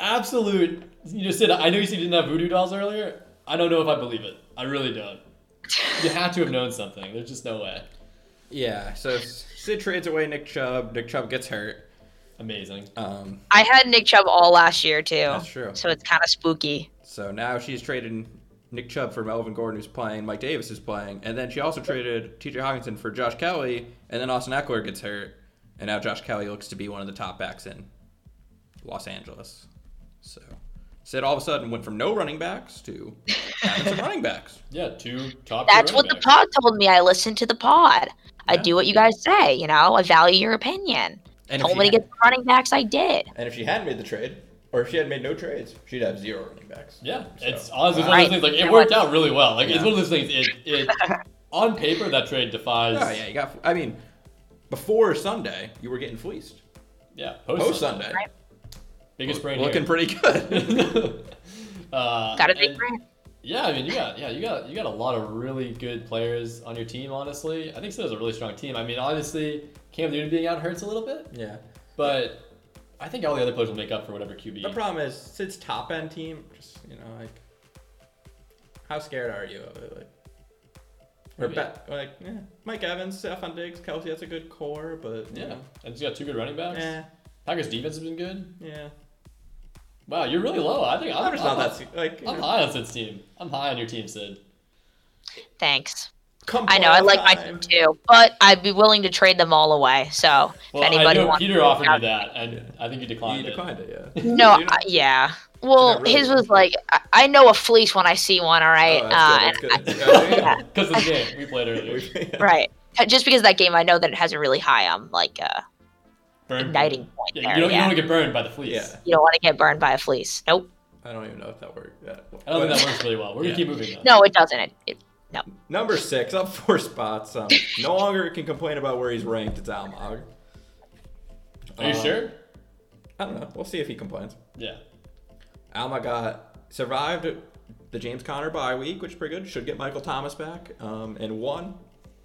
Speaker 1: absolute, you just said, I know you said you didn't have voodoo dolls earlier. I don't know if I believe it. I really don't. You had to have known something. There's just no way.
Speaker 2: yeah, so Sid trades away Nick Chubb. Nick Chubb gets hurt.
Speaker 1: Amazing.
Speaker 2: Um,
Speaker 3: I had Nick Chubb all last year too.
Speaker 2: That's true.
Speaker 3: So it's kind of spooky.
Speaker 2: So now she's traded Nick Chubb for Melvin Gordon, who's playing. Mike Davis is playing, and then she also traded T.J. Hawkinson for Josh Kelly, and then Austin Eckler gets hurt, and now Josh Kelly looks to be one of the top backs in Los Angeles. So Sid all of a sudden went from no running backs to having some running backs.
Speaker 1: Yeah, two top. tier
Speaker 3: That's what
Speaker 1: running
Speaker 3: the
Speaker 1: backs.
Speaker 3: pod told me. I listened to the pod. I
Speaker 2: Yeah.
Speaker 3: do what you guys say. You know, I value your opinion.
Speaker 2: And if,
Speaker 3: Told
Speaker 2: she
Speaker 3: me to
Speaker 2: had,
Speaker 3: get the running backs. I did.
Speaker 2: and if she hadn't made the trade, or if she had made no trades, she'd have zero running backs.
Speaker 1: Yeah,
Speaker 2: So- oh,
Speaker 1: it's honestly it's
Speaker 3: Right.
Speaker 1: one of those things. Like it
Speaker 3: You're
Speaker 1: worked
Speaker 3: right.
Speaker 1: out really well. Like it's
Speaker 2: Yeah.
Speaker 1: one of those things. It, it on paper that trade defies.
Speaker 2: Oh yeah, you got. I mean, before Sunday, you were getting fleeced.
Speaker 1: yeah. Post,
Speaker 2: Post Sunday,
Speaker 3: Right.
Speaker 1: biggest brain
Speaker 2: looking
Speaker 1: here.
Speaker 2: pretty good.
Speaker 1: uh,
Speaker 3: Got a big
Speaker 1: and-
Speaker 3: brand.
Speaker 1: Yeah, I mean, you got yeah, you got you got a lot of really good players on your team. Honestly, I think Sid has a really strong team. I mean, obviously, Cam Newton being out hurts a little bit,
Speaker 2: yeah.
Speaker 1: but I think all the other players will make up for whatever QB.
Speaker 2: The problem is Sid's top end team. Just you know, like how scared are you of it? Like, or
Speaker 1: Maybe.
Speaker 2: bet like eh, Mike Evans, Stephon Diggs, Kelsey. That's a good core, but you
Speaker 1: yeah,
Speaker 2: know,
Speaker 1: and he's got two good running backs.
Speaker 2: eh,
Speaker 1: Packers defense has been good.
Speaker 2: yeah.
Speaker 1: Wow, you're really low. I think I'm,
Speaker 2: I'm just
Speaker 1: I'm,
Speaker 2: not that se- like. you
Speaker 1: I'm
Speaker 2: know,
Speaker 1: high on Sid's team. I'm high on your team, Sid.
Speaker 3: Thanks.
Speaker 2: come
Speaker 3: I know. I
Speaker 2: playoff
Speaker 3: like my
Speaker 2: time.
Speaker 3: team too, but I'd be willing to trade them all away. So
Speaker 1: Well,
Speaker 3: if
Speaker 1: I
Speaker 3: anybody
Speaker 1: know
Speaker 3: wants,
Speaker 1: Peter
Speaker 3: to
Speaker 1: offered you that, and I think you
Speaker 2: You
Speaker 1: declined,
Speaker 2: declined it, yeah.
Speaker 3: No,
Speaker 2: You
Speaker 3: I,
Speaker 2: know-
Speaker 3: yeah. Well,
Speaker 2: really
Speaker 3: his
Speaker 2: good.
Speaker 3: was like I, I know a fleece when I see one. All right.
Speaker 2: Oh,
Speaker 3: uh,
Speaker 2: that's good. That's good.
Speaker 1: it because of the game we played
Speaker 2: Yeah,
Speaker 1: earlier.
Speaker 2: yeah.
Speaker 3: and- right. Uh, Just because of that game, I know that it has a really high um like uh,
Speaker 1: Burn.
Speaker 3: igniting point
Speaker 1: Yeah,
Speaker 3: there.
Speaker 1: you don't, you
Speaker 3: yeah.
Speaker 1: don't get burned by the fleece.
Speaker 2: Yeah.
Speaker 3: you don't want to get burned by a fleece. Nope.
Speaker 2: I don't even know if that worked. Yeah.
Speaker 1: I don't
Speaker 2: But-
Speaker 1: think that works really well. We're
Speaker 2: Yeah.
Speaker 1: gonna keep moving though.
Speaker 3: No, it doesn't. It, it no.
Speaker 2: Number six, up four spots. Um, no longer can complain about where he's ranked. It's Almog.
Speaker 1: Are you
Speaker 2: Uh,
Speaker 1: sure?
Speaker 2: I don't know. We'll see if he complains.
Speaker 1: Yeah.
Speaker 2: Alma got Oh survived the James Conner bye week, which is pretty good. Should get Michael Thomas back um, and won.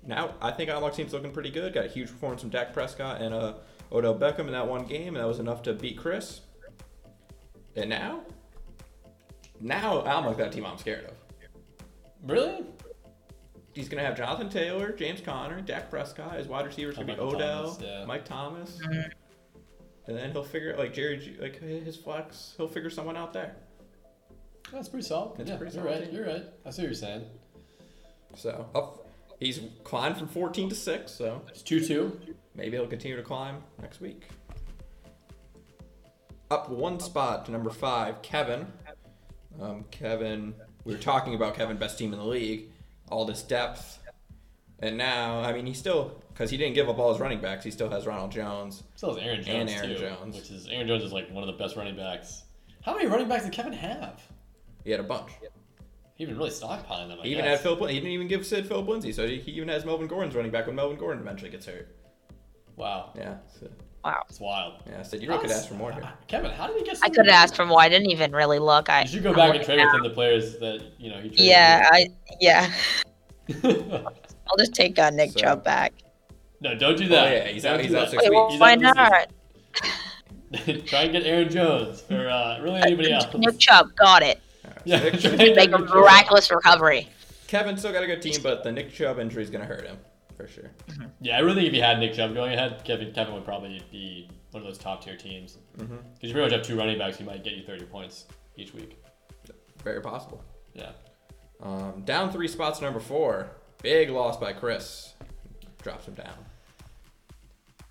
Speaker 2: Now I think Alma's team's looking pretty good. Got a huge performance from Dak Prescott and uh, Odell Beckham in that one game, and that was enough to beat Chris. And now, now Alma's got a team I'm scared of.
Speaker 1: Really?
Speaker 2: He's gonna have Jonathan Taylor, James Conner, Dak Prescott. His wide receivers gonna be
Speaker 1: Michael
Speaker 2: Odell,
Speaker 1: Thomas, yeah.
Speaker 2: Mike Thomas, and then he'll figure like Jerry, Ju- like his flex. He'll figure someone out there.
Speaker 1: That's pretty solid.
Speaker 2: That's
Speaker 1: yeah,
Speaker 2: pretty
Speaker 1: you're
Speaker 2: solid,
Speaker 1: right.
Speaker 2: yeah.
Speaker 1: You're right. I see what you're saying.
Speaker 2: So up, he's climbed from 14 to six. So
Speaker 1: It's two two.
Speaker 2: maybe he'll continue to climb next week. Up one spot to number five, Kevin. Um, Kevin, we were talking about Kevin, best team in the league, all this depth, and now I mean he still because he didn't give up all his running backs. He still has Ronald Jones.
Speaker 1: Still has Aaron Jones
Speaker 2: And Aaron
Speaker 1: too,
Speaker 2: Jones.
Speaker 1: which is Aaron Jones is like one of the best running backs. How many running backs did Kevin have?
Speaker 2: He had a bunch.
Speaker 1: He even really stockpiling them. I
Speaker 2: He even
Speaker 1: guess.
Speaker 2: had Phil. Blin- he didn't even give Sid Phil Lindsay, so he, he even has Melvin Gordon's running back when Melvin Gordon eventually gets hurt.
Speaker 1: wow,
Speaker 2: Yeah, so,
Speaker 3: Wow.
Speaker 1: it's wild.
Speaker 2: yeah. Sid, you really could
Speaker 1: That's-
Speaker 2: ask for more. Here.
Speaker 1: uh, Kevin, how did he get? so
Speaker 3: I could
Speaker 1: many-
Speaker 3: have asked for more. I didn't even really look. I
Speaker 1: You should go
Speaker 3: I'm
Speaker 1: back and
Speaker 3: looking
Speaker 1: trade
Speaker 3: now.
Speaker 1: within the players that you know he traded.
Speaker 3: Yeah, I yeah.
Speaker 1: with.
Speaker 3: I'll just take uh, Nick
Speaker 2: So-
Speaker 3: Chubb back.
Speaker 1: no, don't do
Speaker 2: Oh,
Speaker 1: that.
Speaker 2: yeah, he's
Speaker 1: Don't
Speaker 2: out-
Speaker 1: do
Speaker 2: he's
Speaker 1: that.
Speaker 2: out six
Speaker 3: Wait, well,
Speaker 1: He's
Speaker 3: why
Speaker 1: out this season.
Speaker 3: not?
Speaker 1: try and get Aaron Jones or uh, really anybody else.
Speaker 3: Nick Chubb got it.
Speaker 2: All right, so
Speaker 1: Yeah,
Speaker 2: Nick
Speaker 1: try
Speaker 2: Chubb-
Speaker 1: and get
Speaker 3: Make a
Speaker 1: Nick Chubb.
Speaker 3: miraculous recovery.
Speaker 2: Kevin's still got a good team, but the Nick Chubb injury is gonna hurt him for sure.
Speaker 1: Yeah, I really think if you had Nick Chubb going ahead, Kevin Kevin would probably be one of those top tier teams because
Speaker 2: Mhm.
Speaker 1: you pretty much have two running backs who might get you thirty points each week.
Speaker 2: Very possible.
Speaker 1: Yeah,
Speaker 2: Um, down three spots, number four. Big loss by Chris. Drops him down.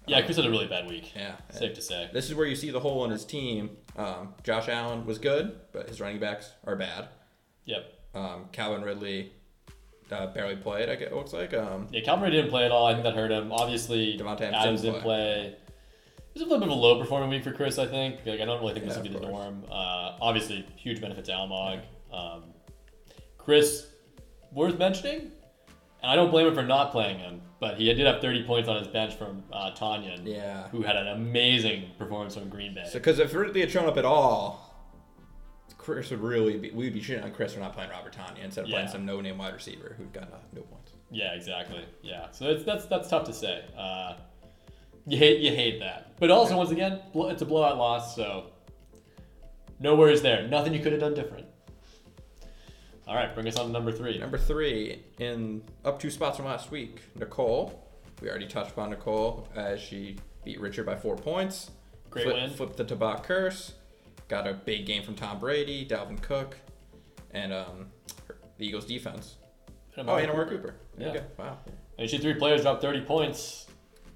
Speaker 1: yeah. Chris had a really bad week.
Speaker 2: Yeah.
Speaker 1: safe to say.
Speaker 2: This is where you see the hole in his team. Um, Josh Allen was good, but his running backs are bad.
Speaker 1: Yep.
Speaker 2: Um, Calvin Ridley uh, barely played. I guess it looks like. Um,
Speaker 1: Yeah, Calvary didn't play at all. I think that hurt him. Obviously,
Speaker 2: Devontae Adams
Speaker 1: Adams
Speaker 2: didn't
Speaker 1: didn't play. It was a little bit of a low performing week for Chris, I think. Like, I don't really think this
Speaker 2: Yeah,
Speaker 1: will be
Speaker 2: of
Speaker 1: the
Speaker 2: course.
Speaker 1: norm. Uh, obviously, huge benefit to Almog. Um, Chris, worth mentioning, and I don't blame him for not playing him, but he did have 30 points on his bench from uh, Tanyan,
Speaker 2: Yeah.
Speaker 1: who had an amazing performance from Green Bay.
Speaker 2: So, because if Ridley had shown up at all, Chris would really be. We'd be shitting on Chris for not playing Robert Tanya instead of playing
Speaker 1: Yeah.
Speaker 2: some no-name wide receiver who got uh, no points.
Speaker 1: Yeah, exactly. Yeah, so it's, that's that's tough to say. Uh, you hate you hate that, but also once again, bl- it's a blowout loss, so no worries there. Nothing you could have done different. All right, bring us on to number three.
Speaker 2: Number three, in up two spots from last week, Nicole. We already touched upon Nicole as she beat Richard by four points.
Speaker 1: Great
Speaker 2: Flip-
Speaker 1: win.
Speaker 2: Flipped the Tabak curse. Got a big game from Tom Brady, Dalvin Cook, and um, the Eagles defense. Oh, and Amari Cooper. There you
Speaker 1: Yeah.
Speaker 2: go. Wow.
Speaker 1: And she three players dropped thirty points.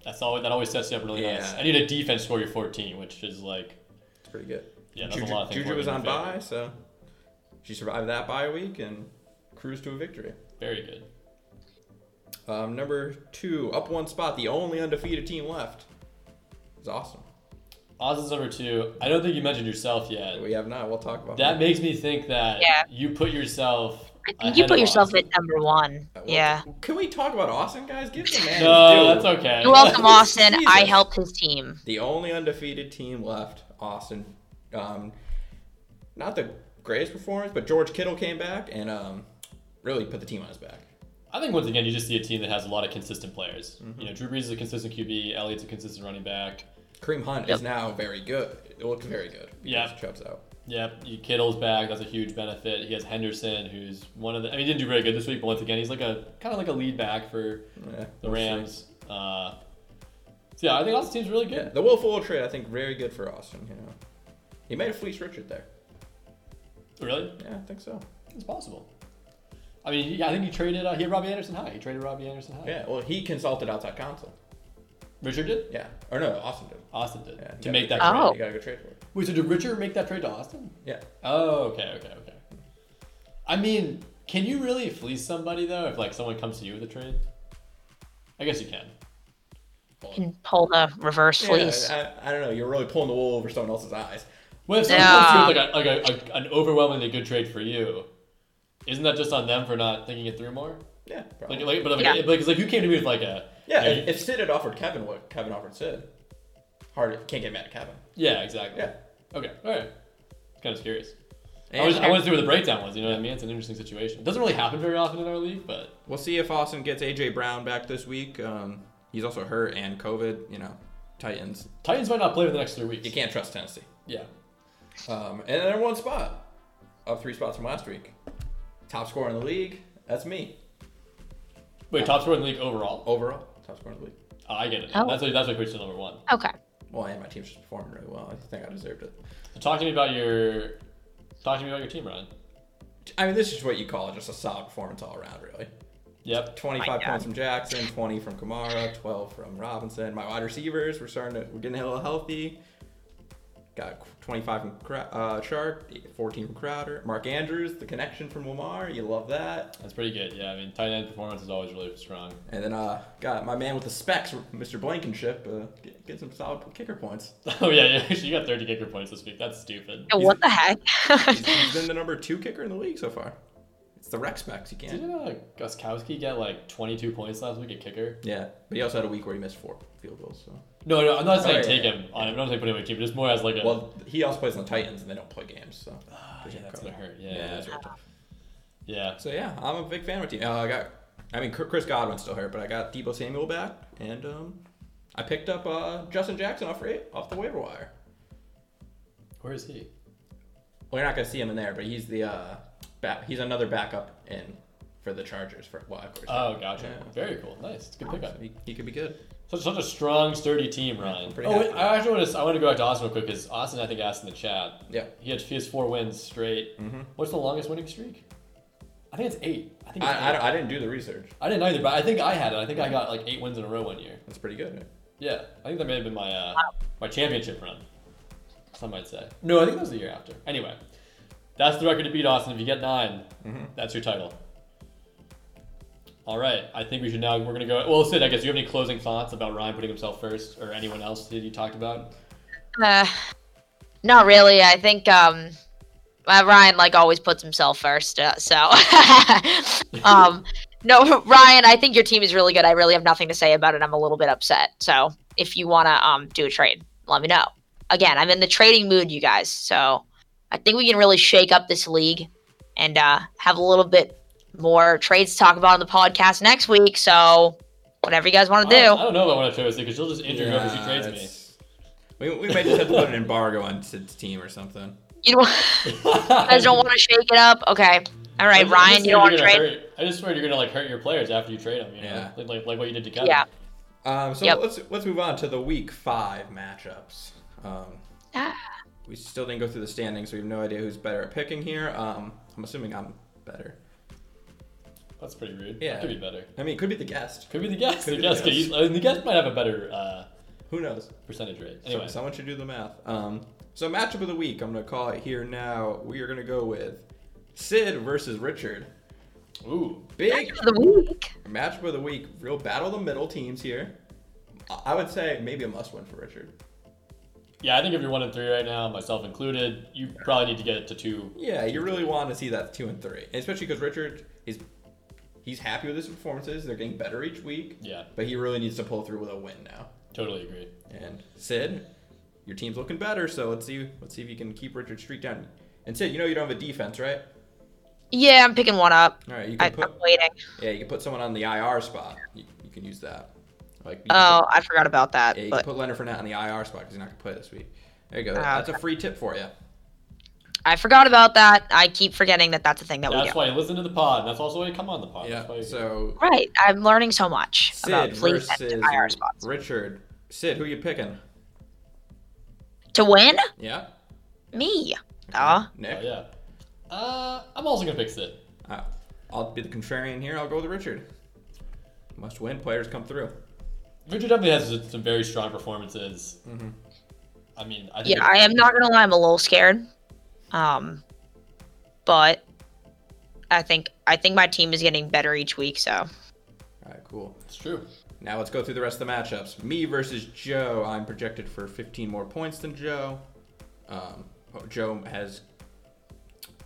Speaker 1: That's always that always sets you up really nice.
Speaker 2: Yeah.
Speaker 1: I need a defense score your fourteen, which is like
Speaker 2: It's pretty good.
Speaker 1: Yeah, that's a
Speaker 2: Juju,
Speaker 1: lot of things
Speaker 2: Juju was on
Speaker 1: working in favor.
Speaker 2: bye, so she survived that bye week and cruised to a victory.
Speaker 1: very good.
Speaker 2: Um, number two, up one spot, the only undefeated team left. It's awesome.
Speaker 1: Oz is number two. I don't think you mentioned yourself yet.
Speaker 2: We have not. We'll talk about
Speaker 1: That makes me think that
Speaker 3: Yeah.
Speaker 1: you put yourself.
Speaker 3: I think you
Speaker 1: ahead
Speaker 3: put
Speaker 1: of
Speaker 3: yourself
Speaker 1: Oz.
Speaker 3: at number one.
Speaker 2: Uh, well,
Speaker 3: Yeah.
Speaker 2: Can we talk about Austin, guys? Give the man.
Speaker 1: No,
Speaker 2: his
Speaker 1: that's
Speaker 2: due.
Speaker 1: okay.
Speaker 3: You're welcome, Austin. I
Speaker 2: Jesus.
Speaker 3: helped his team.
Speaker 2: The only undefeated team left, Austin. Um, not the greatest performance, but George Kittle came back and um, really put the team on his back.
Speaker 1: I think once again you just see a team that has a lot of consistent players. You know, Drew Brees is a consistent QB, Elliott's a consistent running back.
Speaker 2: Kareem Hunt is
Speaker 3: Yep.
Speaker 2: now very good. It looks very good.
Speaker 1: Yeah.
Speaker 2: because Chubb's out.
Speaker 1: Yep, you- Kittle's back. That's a huge benefit. He has Henderson, who's one of the. I mean, he didn't do very good this week, but once again, he's like a kind of like a lead back for
Speaker 2: Yeah,
Speaker 1: the
Speaker 2: we'll see.
Speaker 1: Rams. Uh, so yeah, I think Austin team's really
Speaker 2: Yeah,
Speaker 1: good.
Speaker 2: the Will Fuller trade, I think, very good for Austin. You know, he might have fleeced Richard there.
Speaker 1: Really,
Speaker 2: Yeah, I think so.
Speaker 1: it's possible. I mean, he- I think he traded. Uh, he had Robbie Anderson high. He traded Robbie Anderson high.
Speaker 2: Yeah, well, he consulted outside counsel.
Speaker 1: Richard did.
Speaker 2: Yeah, or no, Austin did.
Speaker 1: Austin did
Speaker 2: Yeah,
Speaker 1: to make that.
Speaker 3: Oh.
Speaker 1: trade.
Speaker 2: You gotta go trade for it.
Speaker 1: Wait, so did Richard make that trade to Austin?
Speaker 2: Yeah.
Speaker 1: Oh, okay, okay, okay. I mean, can you really fleece somebody though if like someone comes to you with a trade? I guess you can.
Speaker 3: Can pull the reverse fleece.
Speaker 2: Yeah, I, I don't know. You're really pulling the wool over someone else's eyes.
Speaker 1: Well, if someone comes to you with like, a, like a, a, an overwhelmingly good trade for you, isn't that just on them for not thinking it through more?
Speaker 2: Yeah, probably.
Speaker 1: Like, like, but like,
Speaker 3: Yeah.
Speaker 1: like, it's like you came to me with like a
Speaker 2: yeah,
Speaker 1: you know,
Speaker 2: if, if Sid had offered Kevin what Kevin offered Sid, hard can't get mad at Kevin.
Speaker 1: yeah, exactly.
Speaker 2: Yeah.
Speaker 1: Okay, all right. Kind of curious. I
Speaker 2: And
Speaker 1: was, I wanted to see where the breakdown was. You know what I mean? It's an interesting situation. It doesn't really happen very often in our league, but
Speaker 2: we'll see if Austin gets AJ Brown back this week. Um, he's also hurt and COVID. You know, Titans.
Speaker 1: Titans might not play for the next three weeks.
Speaker 2: You can't trust Tennessee.
Speaker 1: Yeah.
Speaker 2: Um, and then one spot, up three spots from last week. Top scorer in the league. That's me
Speaker 1: Wait, top scorer in the league overall.
Speaker 2: overall. Top scorer in the league.
Speaker 1: Oh, I get it.
Speaker 3: Oh.
Speaker 1: That's why that's why Chris is number one.
Speaker 3: Okay.
Speaker 2: Well, and my team's just performing really well. I think I deserved it.
Speaker 1: So talk to me about your talk to me about your team, Ryan.
Speaker 2: I mean, this is what you call just a solid performance all around, really.
Speaker 1: Yep.
Speaker 2: 25
Speaker 3: God.
Speaker 2: points from Jackson, 20 from Kamara, 12 from Robinson. My wide receivers, we're starting to, we're getting a little healthy. Got 25 from Cra- uh, Shark, 14 from Crowder. Mark Andrews, the connection from Lamar. You love that.
Speaker 1: That's pretty good. Yeah, I mean, tight end performance is always really strong.
Speaker 2: And then uh, got my man with the specs, Mr. Blankenship, uh, get, get some solid kicker points.
Speaker 1: Oh yeah, yeah. You got 30 kicker points this week. That's stupid.
Speaker 3: Yeah, What the heck?
Speaker 2: He's, he's been the number two kicker in the league so far. It's the Rex specs. You can't.
Speaker 1: Didn't uh, Guskowski get like 22 points last week at kicker?
Speaker 2: Yeah, but he also had a week where he missed four field goals. So.
Speaker 1: No, no. I'm not saying
Speaker 2: Oh, yeah,
Speaker 1: take
Speaker 2: yeah.
Speaker 1: him on. I'm not saying put him in keeper. Just more as like a.
Speaker 2: Well, he also plays on the Titans, and they don't play games. So.
Speaker 1: Ah, yeah, that's gonna hurt. Yeah,
Speaker 2: Yeah,
Speaker 1: yeah.
Speaker 2: that's real tough.
Speaker 1: yeah.
Speaker 2: So yeah, I'm a big fan of my team. Uh, I got, I mean, Cr- Chris Godwin's still hurt, but I got Debo Samuel back, and um, I picked up uh, Justin Jackson off ra- off the waiver wire.
Speaker 1: Where is he?
Speaker 2: Well, you're not gonna see him in there, but he's the uh, back. He's another backup in for the Chargers for well, of course.
Speaker 1: Oh, gotcha.
Speaker 2: Yeah.
Speaker 1: Very cool. Nice. It's a good pickup.
Speaker 2: Uh, he, he could be good.
Speaker 1: Such, such a strong, sturdy team, Ryan.
Speaker 2: pretty
Speaker 1: Oh, wait,
Speaker 2: happy.
Speaker 1: I actually want to. I want to go back to Austin real quick because Austin, I think, asked in the chat.
Speaker 2: Yeah.
Speaker 1: He had he has four wins straight. What's the longest winning streak? I think it's eight. I think it's
Speaker 2: I, I,
Speaker 1: eight.
Speaker 2: don't- I didn't do the research.
Speaker 1: I didn't either, but I think I had it. I think I got like eight wins in a row one year.
Speaker 2: That's pretty good.
Speaker 1: Yeah, I think that may have been my uh, my championship run. Some might say. No, I think that was the year after. Anyway, that's the record to beat Austin. If you get 9 that's your title. All right, I think we should now. We're gonna go. Well, Sid, I guess do you have any closing thoughts about Ryan putting himself first, or anyone else that you talked about?
Speaker 3: Uh, not really. I think um, uh, Ryan like always puts himself first. Uh, so, um, no, Ryan, I think your team is really good. I really have nothing to say about it. I'm a little bit upset. So, if you wanna um do a trade, let me know. Again, I'm in the trading mood, you guys. So, I think we can really shake up this league and uh, have a little bit more trades to talk about on the podcast next week. So, whatever you guys want to
Speaker 1: I,
Speaker 3: do.
Speaker 1: I don't know if I want to trade Sid because she'll just injure whoever she trades me.
Speaker 2: that's- We, we might just have to put an embargo on Sid's team or something.
Speaker 3: You don't, you guys don't want to shake it up? Okay.
Speaker 1: I
Speaker 3: All right,
Speaker 1: just- I
Speaker 3: Ryan,
Speaker 1: just
Speaker 3: you don't
Speaker 1: swear
Speaker 3: want to
Speaker 1: you're
Speaker 3: trade?
Speaker 1: gonna hurt- I just swear you're gonna like hurt your players after you trade them. You know?
Speaker 2: Yeah.
Speaker 1: like, like like what you did to Kevin.
Speaker 3: Yeah.
Speaker 2: Um, so
Speaker 3: Yep.
Speaker 2: let's let's move on to the week five matchups. Um,
Speaker 3: Ah.
Speaker 2: we still didn't go through the standings, so we have no idea who's better at picking here. Um, I'm assuming I'm better.
Speaker 1: That's pretty rude.
Speaker 2: Yeah.
Speaker 1: That could be better.
Speaker 2: I mean, it could be the guest.
Speaker 1: Could be the guest.
Speaker 2: Could
Speaker 1: the
Speaker 2: be
Speaker 1: guest.
Speaker 2: the
Speaker 1: could-
Speaker 2: guest.
Speaker 1: I mean, the guest might have a better uh,
Speaker 2: Who knows?
Speaker 1: percentage rate.
Speaker 2: So-
Speaker 1: Anyway,
Speaker 2: someone should do the math. Um, so matchup of the week, I'm gonna call it here now. We are gonna go with Sid versus Richard.
Speaker 1: ooh,
Speaker 2: Big
Speaker 3: the week.
Speaker 2: matchup of the week. Real battle of the middle teams here. I- I would say maybe a must win for Richard.
Speaker 1: yeah. I think if you're one and three right now, myself included, you probably need to get it to two.
Speaker 2: Yeah, you really want to see that two and three, and especially because Richard is he's happy with his performances. They're getting better each week,
Speaker 1: Yeah,
Speaker 2: but he really needs to pull through with a win now.
Speaker 1: totally agree.
Speaker 2: And Sid, your team's looking better, so let's see let's see if you can keep Richard's streak down. And Sid, you know you don't have a defense, right?
Speaker 3: Yeah, I'm picking one up.
Speaker 2: All right, you
Speaker 3: I,
Speaker 2: can
Speaker 3: I'm
Speaker 2: put
Speaker 3: waiting.
Speaker 2: yeah, you can put someone on the IR spot. You, you can use that. Like you can
Speaker 3: Oh, I forgot about that.
Speaker 2: put, yeah, you can
Speaker 3: But
Speaker 2: put Leonard Fournette on the IR spot because he's not gonna play this week. There you go.
Speaker 3: Ah,
Speaker 2: That's a free tip for you.
Speaker 3: I forgot about that. I keep forgetting that that's a thing that we
Speaker 1: That's
Speaker 3: do.
Speaker 1: why you listen to the pod. And that's also why you come on the pod. That's why
Speaker 2: Yeah.
Speaker 1: you,
Speaker 2: So
Speaker 3: Right. I'm learning so much about
Speaker 2: Sid
Speaker 3: fleet
Speaker 2: versus
Speaker 3: and IR spots.
Speaker 2: Richard. Sid, who you picking?
Speaker 3: To win?
Speaker 2: Yeah.
Speaker 3: Me. Aw.
Speaker 1: oh,
Speaker 2: Nick.
Speaker 1: yeah. Uh, I'm also gonna fix it.
Speaker 2: Uh, I'll be the contrarian here. I'll go with Richard. Must win. Players come through.
Speaker 1: Richard definitely has some very strong performances.
Speaker 2: Mm-hmm.
Speaker 1: I mean, I think
Speaker 3: Yeah, I am not going to lie. I'm a little scared. Um, but I think I think my team is getting better each week. So
Speaker 2: All right, cool.
Speaker 1: it's true.
Speaker 2: Now let's go through the rest of the matchups. Me versus Joe. I'm projected for 15 more points than Joe. Um, oh, Joe has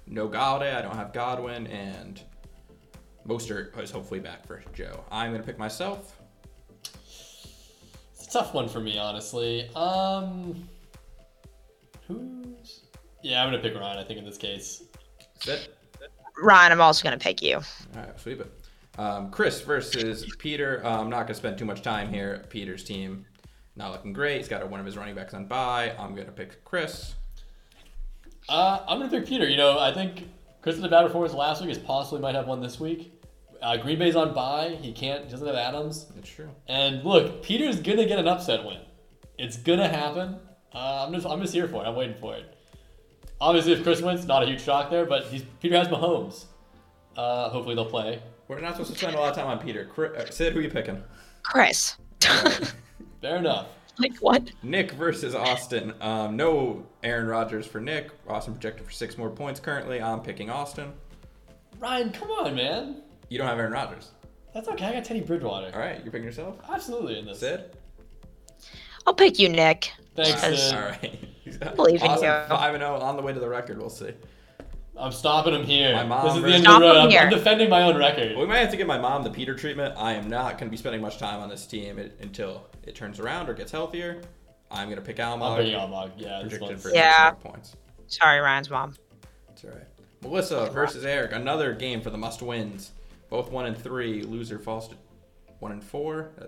Speaker 2: no Galladay. I don't have Godwin, and Mostert is hopefully back for Joe. I'm gonna pick myself.
Speaker 1: It's a tough one for me, honestly. Um, who's? Yeah, I'm gonna pick Ryan. I think in this case.
Speaker 2: That's it.
Speaker 3: Ryan, I'm also going to pick you.
Speaker 2: All right, sweep it. Um, Chris versus Peter. Uh, I'm not going to spend too much time here. Peter's team not looking great. He's got one of his running backs on bye. I'm going to pick Chris.
Speaker 1: Uh, I'm gonna pick Peter. You know, I think Chris had a bad performance last week. Is possibly might have one this week. Uh, Green Bay's on bye. He can't. He doesn't have Adams.
Speaker 2: That's true.
Speaker 1: And look, Peter's gonna get an upset win. It's gonna happen. Uh, I'm just. I'm just here for it. I'm waiting for it. Obviously, if Chris wins, not a huge shock there. But he's, Peter has Mahomes. Uh, hopefully they'll play.
Speaker 2: We're not supposed to spend a lot of time on Peter. Chris, uh, Sid, who are you picking?
Speaker 3: Chris.
Speaker 1: Fair enough.
Speaker 3: like what?
Speaker 2: Nick versus Austin. Um, no Aaron Rodgers for Nick. Austin projected for six more points currently. I'm picking Austin.
Speaker 1: Ryan, come on, man.
Speaker 2: You don't have Aaron Rodgers.
Speaker 1: That's okay. I got Teddy Bridgewater.
Speaker 2: All right, you're picking yourself.
Speaker 1: Absolutely in this.
Speaker 2: Sid.
Speaker 3: I'll pick you, Nick.
Speaker 1: Thanks,
Speaker 3: Because-
Speaker 1: Sid.
Speaker 2: All right.
Speaker 3: believe in
Speaker 2: Austin,
Speaker 3: you.
Speaker 2: Five and zero on the way to the record. We'll see.
Speaker 1: I'm stopping him here.
Speaker 2: My mom
Speaker 1: this is the
Speaker 2: versus-
Speaker 1: end of the
Speaker 3: Stop
Speaker 1: road.
Speaker 3: him
Speaker 1: I'm, I'm
Speaker 3: here.
Speaker 1: defending my own record.
Speaker 2: We might have to give my mom the Peter treatment. I am not going to be spending much time on this team it, until it turns around or gets healthier. I'm going to pick
Speaker 1: I'm bringing
Speaker 2: Almog.
Speaker 1: on Mog. Yeah, this
Speaker 2: Projected
Speaker 1: one's
Speaker 2: for
Speaker 3: Yeah.
Speaker 2: six more points.
Speaker 3: Sorry, Ryan's mom.
Speaker 2: It's all right. Melissa versus Eric. Another game for the must wins. Both one and three. Loser falls to one and four. Uh,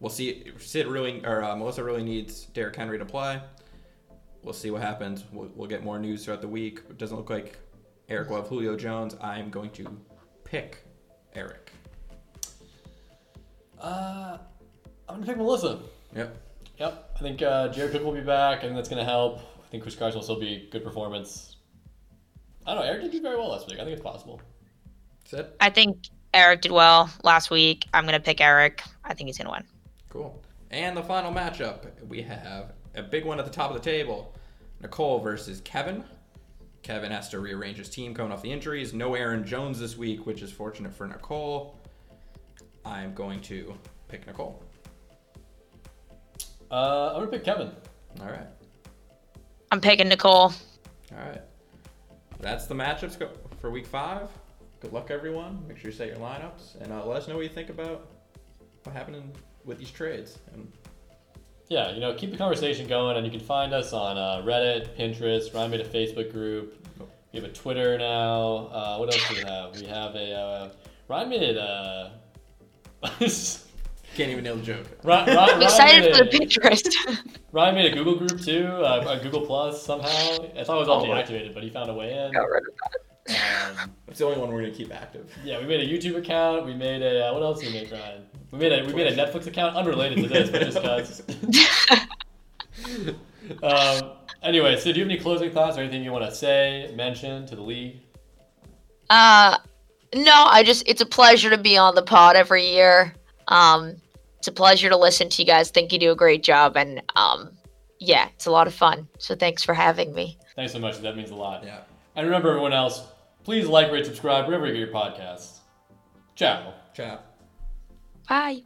Speaker 2: we'll see. Sid really or uh, Melissa really needs Derrick Henry to play. We'll see what happens. We'll, we'll get more news throughout the week. It doesn't look like Eric will have Julio Jones. I'm going to pick Eric.
Speaker 1: Uh, I'm gonna pick Melissa.
Speaker 2: Yep.
Speaker 1: Yep. I think uh, Jared Cook will be back. I think that's gonna help. I think Chris Carson will still be a good performance. I don't know. Eric did do very well last week. I think it's possible.
Speaker 2: Sid.
Speaker 3: I think Eric did well last week. I'm gonna pick Eric. I think he's gonna win.
Speaker 2: Cool. And the final matchup, we have a big one at the top of the table Nicole versus Kevin. Kevin has to rearrange his team coming off the injuries. No Aaron Jones this week, which is fortunate for Nicole. I'm going to pick Nicole.
Speaker 1: Uh, I'm gonna pick Kevin.
Speaker 2: All right.
Speaker 3: I'm picking Nicole.
Speaker 2: All right. That's the matchups go- for week five. Good luck, everyone. Make sure you set your lineups and uh, let us know what you think about what happened in- with these trades. And
Speaker 1: Yeah, you know, keep the conversation going, and you can find us on uh, Reddit, Pinterest. Ryan made a Facebook group. We have a Twitter now. Uh, what else do we have? We have a uh, Ryan made uh,
Speaker 2: can't even nail the joke.
Speaker 1: Ryan, Ryan,
Speaker 3: I'm excited for the
Speaker 1: made a-
Speaker 3: Pinterest.
Speaker 1: Ryan made a Google group too, uh, a Google Plus somehow. I thought it was all
Speaker 2: Oh, right.
Speaker 1: deactivated, but he found a way in.
Speaker 3: Got rid of that.
Speaker 1: Um,
Speaker 2: It's the only one we're going to keep active.
Speaker 1: yeah, we made a YouTube account. We made a uh, what else did we make, Ryan? We made a we made a Netflix account unrelated to this, but just cause. um, anyway, so do you have any closing thoughts or anything you want to say, mention to the league?
Speaker 3: Uh, no, I just it's a pleasure to be on the pod every year. Um, it's a pleasure to listen to you guys. Think you do a great job, and um, yeah, it's a lot of fun. So thanks for having me.
Speaker 1: Thanks so much. That means a lot.
Speaker 2: Yeah.
Speaker 1: And remember, everyone else, please like, rate, subscribe wherever you get your podcasts. Ciao.
Speaker 2: Ciao.
Speaker 3: Bye.